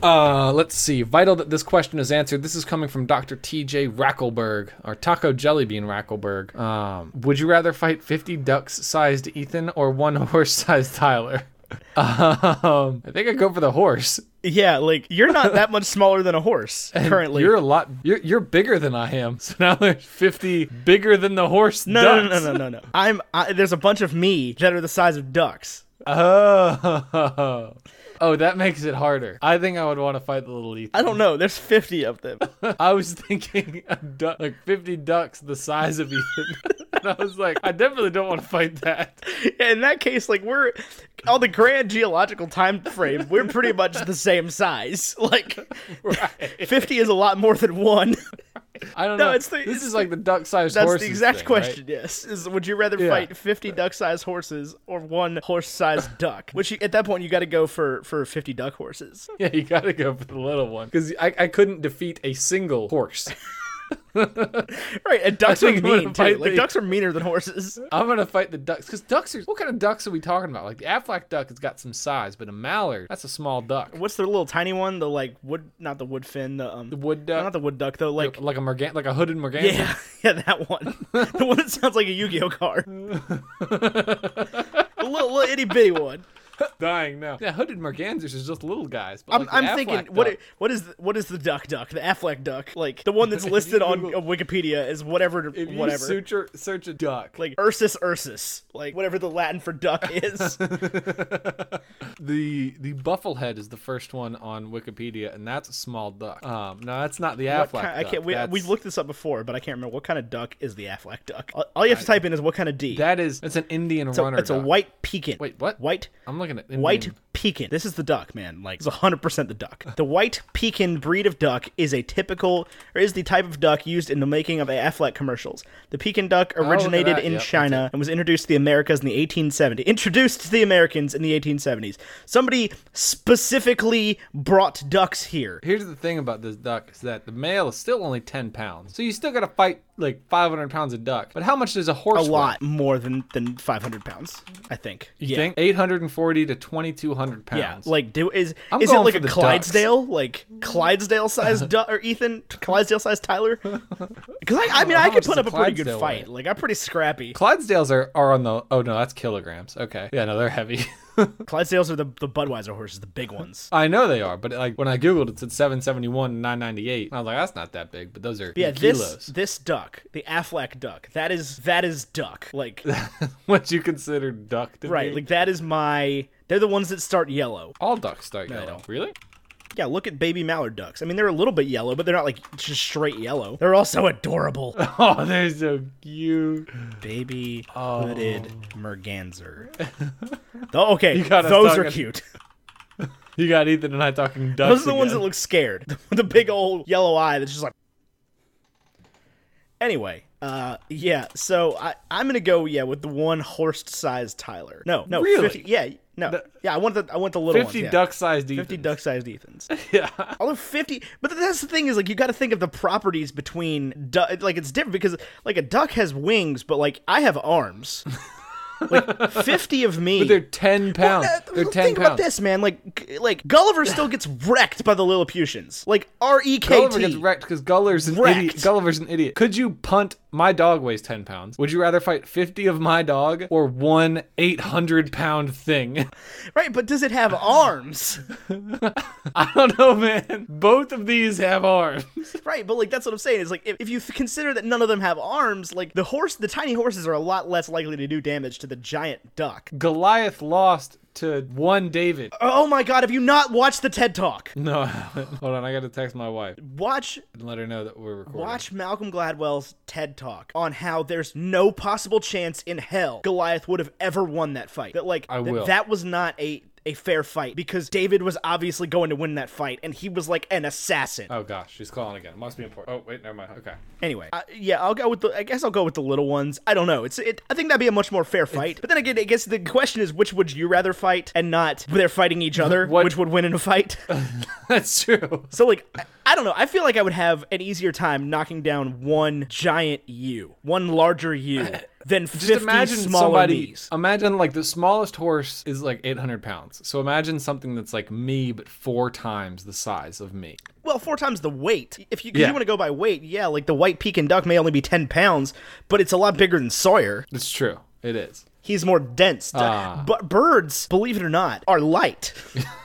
S1: Uh, let's see. Vital that this question is answered. This is coming from Dr. T.J. Rackelberg, or Taco Jellybean Rackelberg. Um, would you rather fight 50 ducks-sized Ethan or one horse-sized Tyler? Um, I think I'd go for the horse.
S2: Yeah, like you're not that much smaller than a horse currently.
S1: You're a lot. You're, you're bigger than I am. So now there's 50 bigger than the horse.
S2: no, no,
S1: ducks.
S2: no, no, no, no, no. I'm I, there's a bunch of me that are the size of ducks.
S1: Oh. Oh, that makes it harder. I think I would want to fight the little Ethan.
S2: I don't know. There's 50 of them.
S1: I was thinking a duck, like 50 ducks the size of Ethan. and I was like, I definitely don't want to fight that.
S2: in that case, like we're on the grand geological time frame, we're pretty much the same size. Like
S1: Right.
S2: fifty is a lot more than one.
S1: I don't
S2: No,
S1: know.
S2: it's the-
S1: this
S2: it's
S1: is like the duck sized
S2: That's
S1: horse.
S2: the exact question. Yes, is would you rather
S1: Yeah.
S2: fight fifty duck-sized horses or one horse-sized duck? Which you, at that point you got to go for for fifty duck horses.
S1: Yeah, you got to go for the little one. Because I, I couldn't defeat a single horse.
S2: Right, and ducks
S1: I
S2: are
S1: think I'm gonna
S2: mean too.
S1: fight
S2: Like
S1: the-
S2: ducks are meaner than horses.
S1: I'm going to fight the ducks. Because ducks are. What kind of ducks are we talking about? Like the Aflac duck has got some size, but a mallard, that's a small duck.
S2: What's the little tiny one? The like wood, not the wood fin. The um, the
S1: wood duck?
S2: not the wood duck though. Like
S1: Like a mergan, like a hooded mergan.
S2: yeah, yeah, that one. the one that sounds like a Yu-Gi-Oh card. the little, little itty bitty one.
S1: dying now. Yeah, hooded mergansers is just little guys. But
S2: I'm,
S1: like the
S2: I'm
S1: Aflac
S2: thinking,
S1: duck-
S2: what i- what is the, what is the duck duck? The Affleck duck, like the one that's listed on
S1: Google-
S2: uh, Wikipedia is whatever,
S1: if you
S2: whatever.
S1: suture, search a duck,
S2: like Ursus Ursus, like whatever the Latin for duck is.
S1: the the bufflehead is the first one on Wikipedia, and that's a small duck. Um, no, that's not the
S2: What
S1: Aflac.
S2: kind- I
S1: duck.
S2: can't. We,
S1: That's-
S2: we've looked this up before, but I can't remember what kind of duck is the Affleck duck. All, all you have to type in is what kind of D.
S1: That is that's an Indian
S2: So
S1: runner.
S2: it's a
S1: duck.
S2: white pecan.
S1: Wait, what?
S2: White
S1: I'm looking at Indian.
S2: White pecan. This is the duck, man. Like it's 100% the duck. The white pecan breed of duck is a typical or is the type of duck used in the making of Affleck commercials. The pecan duck originated
S1: Oh, that.
S2: in
S1: Yep, that's
S2: China and was introduced to the Americas in the 1870s. Introduced to the Americans in the 1870s. Somebody specifically brought ducks here.
S1: Here's the thing about this duck is that the male is still only 10 pounds, so you still got to fight like 500 pounds of duck. But how much does a horse?
S2: A
S1: weigh?
S2: lot more than than 500 pounds, I think.
S1: You
S2: yeah.
S1: think 840 to 2200
S2: Yeah,
S1: pounds.
S2: like do is
S1: I'm
S2: is it
S1: going
S2: like
S1: for
S2: a
S1: the
S2: Clydesdale, like Clydesdale sized du- or Ethan Clydesdale sized Tyler? Because I, I mean, I
S1: how much
S2: could put
S1: does
S2: up a pretty good
S1: Clydesdale
S2: fight. Like I'm pretty scrappy.
S1: Clydesdales are, are on the. Oh no, that's kilograms. Okay, yeah, no, they're heavy.
S2: Clydesdales are the the Budweiser horses, the big ones.
S1: I know they are, but like when I googled, it said 771 and 998. And I was like, that's not that big, but those are
S2: Yeah, this
S1: kilos.
S2: this duck, the Affleck duck, that is that is duck. Like
S1: what you consider duck to
S2: right,
S1: be.
S2: like that is my. They're the ones that start yellow.
S1: all ducks start yellow.
S2: don't.
S1: Really?
S2: Yeah, look at baby mallard ducks. I mean, they're a little bit yellow, but they're not like just straight yellow. They're also adorable.
S1: Oh, they're so cute.
S2: baby hooded merganser. Tho- okay,
S1: Oh. got us
S2: those are
S1: talking.
S2: cute.
S1: You got Ethan and I talking ducks.
S2: Those are the ones that
S1: again.
S2: look scared. The, big old yellow eye that's just like. Anyway, uh, yeah. So I, I'm gonna go yeah with the one horse-sized Tyler. No, no,
S1: Really?
S2: 50, yeah, no, yeah. I want the I want the little ones,
S1: 50
S2: yeah.
S1: duck-sized Ethans.
S2: Fifty duck-sized Ethans.
S1: Yeah.
S2: Although fifty, but that's the thing is like you got to think of the properties between duck. Like it's different because like a duck has wings, but like I have arms. like fifty of me.
S1: They're 10 pounds.
S2: Uh,
S1: They're 10
S2: think
S1: pounds.
S2: about this, man. Like, g- like Gulliver still gets wrecked by the Lilliputians. Like R E K
S1: Gulliver gets
S2: T.
S1: wrecked because Gulliver's an
S2: Wrecked.
S1: idiot. Gulliver's an idiot. Could you punt? My dog weighs ten pounds. Would you rather fight fifty of my dog or one eight hundred pound thing?
S2: Right, but does it have arms?
S1: I don't know, man. Both of these have arms.
S2: right, but like that's what I'm saying. Is like if, if you th- consider that none of them have arms, like the horse, the tiny horses are a lot less likely to do damage to the giant duck.
S1: Goliath lost to one David.
S2: Oh my God! Have you not watched the TED Talk?
S1: No, hold on. I got to text my wife
S2: Watch
S1: and let her know that we're recording.
S2: Watch Malcolm Gladwell's TED Talk on how there's no possible chance in hell Goliath would have ever won that fight. That like
S1: I
S2: that-
S1: will.
S2: that was not a a fair fight because David was obviously going to win that fight and he was like an assassin.
S1: Oh gosh, she's calling again. Must be important. Oh wait, never mind. Okay.
S2: Anyway, uh, yeah, I'll go with the I guess I'll go with the little ones. I don't know. It's it, I think that'd be a much more fair fight. But then again, I guess the question is which would you rather fight and not they're fighting each other,
S1: What-
S2: which would win in a fight.
S1: That's true.
S2: So like I, I don't know. I feel like I would have an easier time knocking down one giant you, one larger you, than fifty
S1: Just imagine
S2: smaller
S1: somebody.
S2: me's.
S1: Imagine like the smallest horse is like 800 pounds. So imagine something that's like me, but four times the size of me.
S2: Well, four times the weight. If you, 'cause
S1: Yeah.
S2: you want to go by weight, yeah, like the white Pekin duck may only be ten pounds, but it's a lot bigger than Sawyer.
S1: It's true. It is.
S2: He's more dense.
S1: Ah.
S2: But birds, believe it or not, are light.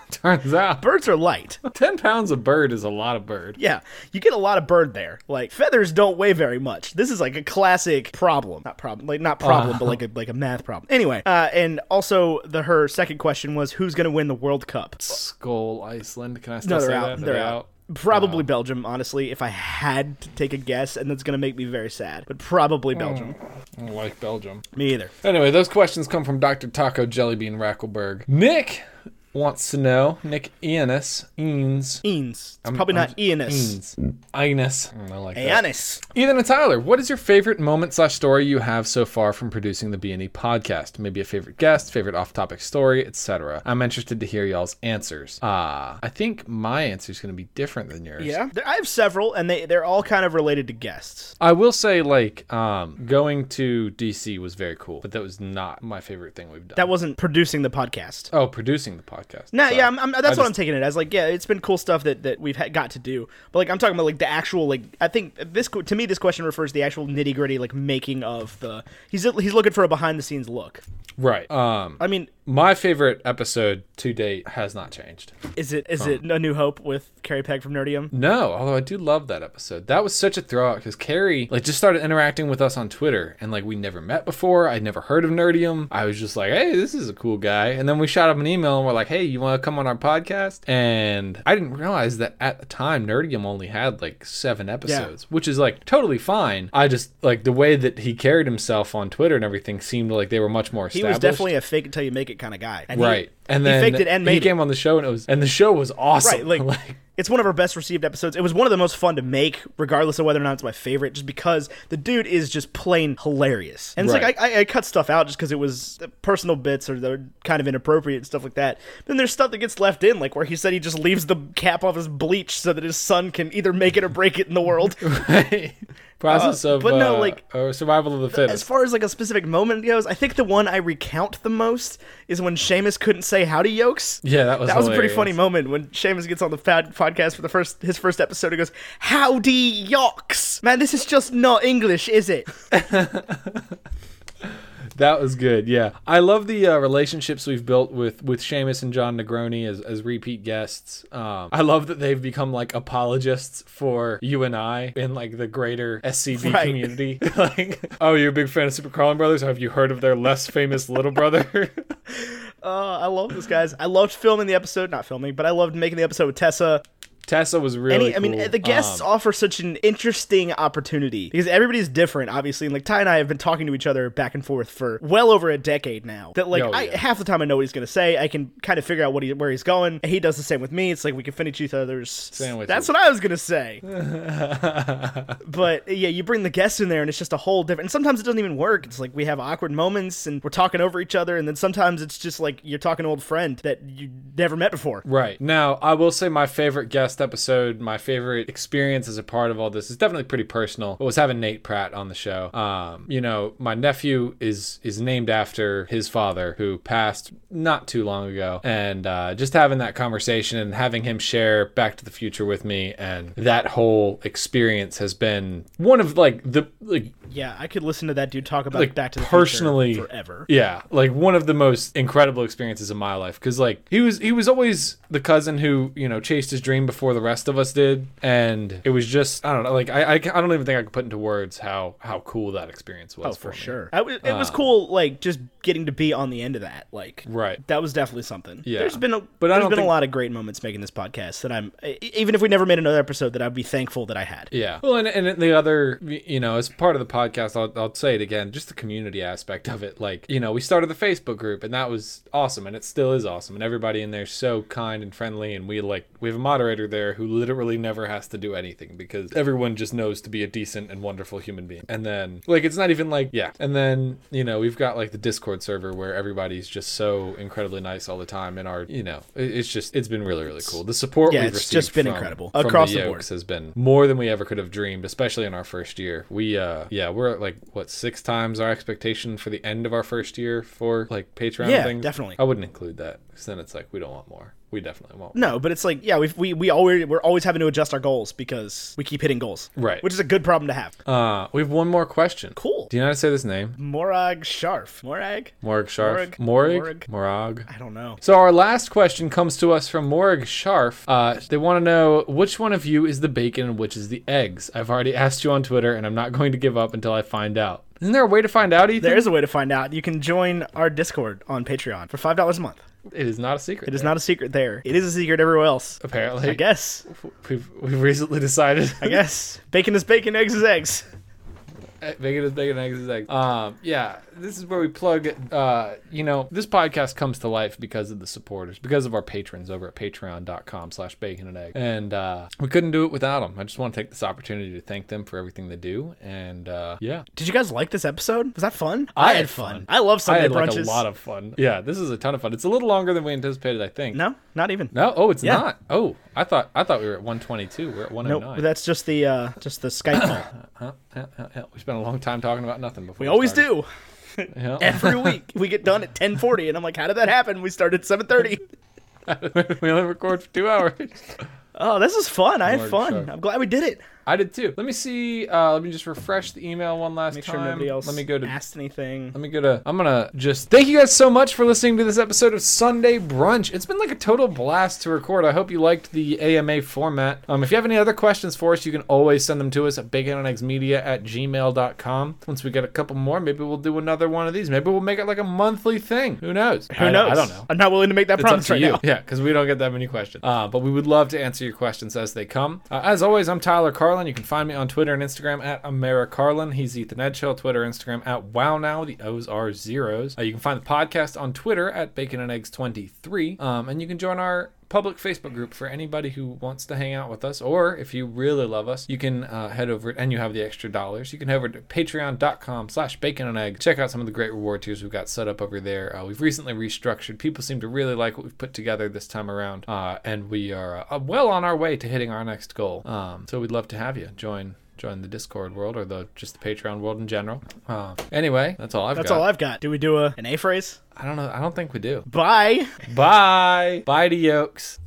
S1: Turns out,
S2: Birds are light.
S1: 10 pounds of bird is a lot of bird.
S2: Yeah, you get a lot of bird there. Like feathers don't weigh very much. This is like a classic problem, not problem, like not problem, but like a like a math problem. Anyway, uh, and also the her second question was who's going to win the World Cup?
S1: Skull Iceland. Can I still
S2: No,
S1: say
S2: they're
S1: that?
S2: out.
S1: Are
S2: They're
S1: they
S2: out. Probably Belgium, honestly. If I had to take a guess, and that's going to make me very sad, but probably Belgium.
S1: I don't like Belgium.
S2: Me either.
S1: Anyway, those questions come from Dr. Taco Jellybean Rackelberg. Nick wants to know. Nick Ianis. Eans.
S2: Eans. It's probably not Ianis.
S1: Eans. Ines. Mm, I like that.
S2: Ianis.
S1: Ethan and Tyler, what is your favorite moment slash story you have so far from producing the B&E podcast? Maybe a favorite guest, favorite off-topic story, etc. I'm interested to hear y'all's answers. Ah, I think my answer is going to be different than yours.
S2: Yeah, there, I have several, and they they're all kind of related to guests.
S1: I will say, like, um, going to DC was very cool, but that was not my favorite thing we've done.
S2: That wasn't producing the podcast.
S1: oh, producing the podcast.
S2: No,
S1: Sorry.
S2: yeah, I'm, I'm, that's what
S1: just-
S2: I'm taking it as. Like, yeah, it's been cool stuff that that we've ha- got to do. But like, I'm talking about like the actual like. I think this to me this question refers to the actual nitty gritty like making of the. He's he's looking for a behind the scenes look.
S1: right. Um,
S2: I mean,
S1: my favorite episode to date has not changed.
S2: is it is it A New Hope with Carrie Peg from Nerdium?
S1: No, although I do love that episode. That was such a throwout because Carrie like just started interacting with us on Twitter, and like we never met before. I'd never heard of Nerdium. I was just like, hey, this is a cool guy. And then we shot up an email and we're like, hey, you want to come on our podcast? And I didn't realize that at the time Nerdium only had like seven episodes, which is like totally fine. I just like the way that he carried himself on Twitter and everything seemed like they were much more.
S2: He
S1: Established.
S2: was definitely a fake it till you make it kind of guy. And he-
S1: right. and
S2: he
S1: then
S2: faked it and
S1: he
S2: made it.
S1: came on the show and it was and the show was awesome.
S2: Right, like, it's one of our best received episodes. It was one of the most fun to make, regardless of whether or not it's my favorite, just because the dude is just plain hilarious. And it's
S1: Right.
S2: like I, I, I cut stuff out just because it was uh, personal bits or they're kind of inappropriate and stuff like that. Then there's stuff that gets left in, like where he said he just leaves the cap off his bleach so that his son can either make it or break it in the world.
S1: process
S2: Uh,
S1: of
S2: but no,
S1: uh,
S2: like-
S1: or survival of the
S2: as
S1: fittest.
S2: far as like a specific moment goes, I think the one I recount the most is when Seamus couldn't say howdy yokes.
S1: Yeah, that was
S2: that was a pretty
S1: hilarious.
S2: funny moment when Seamus gets on the pod- podcast for the first his first episode. He goes howdy yokes, man. This is just not English, is it?
S1: that was good. Yeah, I love the uh, relationships we've built with with Seamus and John Negroni as as repeat guests. Um, I love that they've become like apologists for you and I in like the greater SCB
S2: Right.
S1: community. like, oh, you're a big fan of Super Crawling Brothers. Have you heard of their less famous little brother?
S2: Uh, I love this guys. I loved filming the episode, not filming, but I loved making the episode with Tessa.
S1: Tessa was really.
S2: Any, I mean,
S1: cool.
S2: the guests
S1: Um,
S2: offer such an interesting opportunity because everybody's different, obviously. And like Ty and I have been talking to each other back and forth for well over a decade now. That like
S1: Oh,
S2: I,
S1: yeah.
S2: half the time I know what he's gonna say. I can kind of figure out what he where he's going. He does the same with me. It's like we can finish each other's
S1: Sandwiches.
S2: That's what I was gonna say. but yeah, you bring the guests in there, and it's just a whole different. And sometimes it doesn't even work. It's like we have awkward moments, and we're talking over each other, and then sometimes it's just like you're talking to an old friend that you never met before.
S1: Right. Now, I will say my favorite guest episode, my favorite experience as a part of all this is definitely pretty personal. It was having Nate Pratt on the show. Um, you know, my nephew is is named after his father who passed not too long ago and uh, just having that conversation and having him share Back to the Future with me and that whole experience has been one of like the like
S2: Yeah, I could listen to that dude talk about
S1: Like,
S2: Back to the
S1: personally-
S2: Future forever.
S1: Yeah, like one of the most incredible experiences of my life cuz like he was he was always the cousin who, you know, chased his dream before the rest of us did and it was just I don't know, like I I, ca- I don't even think I could put into words how how cool that experience was
S2: Oh, for
S1: me.
S2: sure. I w- it
S1: Uh,
S2: was cool, like just getting to be on the end of that. Like,
S1: Right.
S2: That was definitely something.
S1: Yeah.
S2: There's been a
S1: But I
S2: there's
S1: don't
S2: been a
S1: think-
S2: lot of great moments making this podcast that I'm e- even if we never made another episode that I'd be thankful that I had.
S1: Yeah. Well, and, and the other, you know, as part of the podcast, I'll, I'll say it again, just the community aspect of it. Like, you know, we started the Facebook group and that was awesome and it still is awesome. And everybody in there's so kind and friendly. And we like, we have a moderator there who literally never has to do anything because everyone just knows to be a decent and wonderful human being. And then, like, it's not even like, yeah. And then, you know, we've got like the Discord server where everybody's just so incredibly nice all the time. And our, you know, it- it's just, it's been really, really cool. The support
S2: Yeah,
S1: we've
S2: it's
S1: received
S2: just been
S1: from-
S2: incredible.
S1: from
S2: Across the
S1: Yokes
S2: board.
S1: has been more than we ever could have dreamed, especially in our first year. We uh yeah, we're at like what six times our expectation for the end of our first year for like Patreon
S2: Yeah,
S1: things.
S2: definitely.
S1: I wouldn't include that because then it's like we don't want more. We definitely won't.
S2: No, but it's like yeah, we've, we we always we're always having to adjust our goals because we keep hitting goals.
S1: Right.
S2: Which is a good problem to have.
S1: Uh, we have one more question.
S2: Cool.
S1: Do you know how to say this name?
S2: Morag Sharf. Morag.
S1: Morag Sharf.
S2: Morag.
S1: Morag. Morag.
S2: I don't know.
S1: So our last question comes to us from Morag Sharf. Uh, they want to know which one of you is the bacon and which is the eggs. I've already asked you on Twitter, and I'm not going to give up until I find out. Isn't there a way to find out, Ethan?
S2: There is a way to find out. You can join our Discord on Patreon for five dollars a month.
S1: It is not a secret.
S2: It is not a secret there. It is a secret everywhere else.
S1: apparently.
S2: I guess.
S1: we've we've recently decided.
S2: I guess. Bacon is bacon, eggs is eggs.
S1: Bacon is bacon, eggs is eggs. Um, yeah, this is where we plug. Uh, you know, this podcast comes to life because of the supporters, because of our patrons over at Patreon.com/slash Bacon and Egg, and uh, we couldn't do it without them. I just want to take this opportunity to thank them for everything they do, and uh, yeah,
S2: Did you guys like this episode? Was that fun?
S1: I had fun.
S2: I
S1: I
S2: love Sunday
S1: had like
S2: brunches.
S1: a lot of fun. Yeah, this is a ton of fun. It's a little longer than we anticipated, I think.
S2: no, not even.
S1: No, oh, it's
S2: Yeah.
S1: not. Oh, I thought I thought we were at 122. We're at
S2: Nope.
S1: 109.
S2: That's just the uh, just the Skype call.
S1: Huh, huh, huh, huh. We spent a long time talking about nothing before.
S2: We always
S1: started.
S2: do.
S1: Yeah.
S2: Every week we get done at 10:40, and I'm like, how did that happen? We started 7:30.
S1: we only record for two hours.
S2: Oh, this is fun. I had
S1: Lord,
S2: fun.
S1: sure.
S2: I'm glad we did it.
S1: I did too. Let me see. Uh, let me just refresh the email one last
S2: Make
S1: time.
S2: sure nobody else
S1: Let me go to.
S2: asked anything.
S1: Let me go to. I'm gonna just thank you guys so much for listening to this episode of Sunday Brunch. It's been like a total blast to record. I hope you liked the AMA format. Um, if you have any other questions for us, you can always send them to us at baconandeggsmedia at gmail.com. Once we get a couple more, maybe we'll do another one of these. Maybe we'll make it like a monthly thing. Who knows?
S2: Who knows?
S1: I don't know.
S2: I'm not willing to make that
S1: It's up
S2: promise
S1: to
S2: right
S1: you.
S2: now.
S1: Yeah, because we don't get that many questions. Uh, but we would love to answer your questions as they come. Uh, as always, I'm Tyler Carlin. You can find me on Twitter and Instagram at AmeriCarlin. He's Ethan Edgehill. Twitter, Instagram at WowNow. The O's are zeros. Uh, you can find the podcast on Twitter at Bacon and Eggs 23. Um, and you can join our public Facebook group for anybody who wants to hang out with us, or if you really love us, you can uh, head over and you have the extra dollars. You can head over to patreon.com slash bacon and egg. Check out some of the great reward tiers we've got set up over there. Uh, we've recently restructured. People seem to really like what we've put together this time around, uh, and we are uh, well on our way to hitting our next goal. Um, so we'd love to have you join join the Discord world or the just the Patreon world in general. Uh, anyway, that's all I've
S2: That's
S1: got.
S2: all I've got. Do we do a, an A phrase?
S1: I don't know. I don't think we do.
S2: Bye.
S1: Bye. Bye to yokes.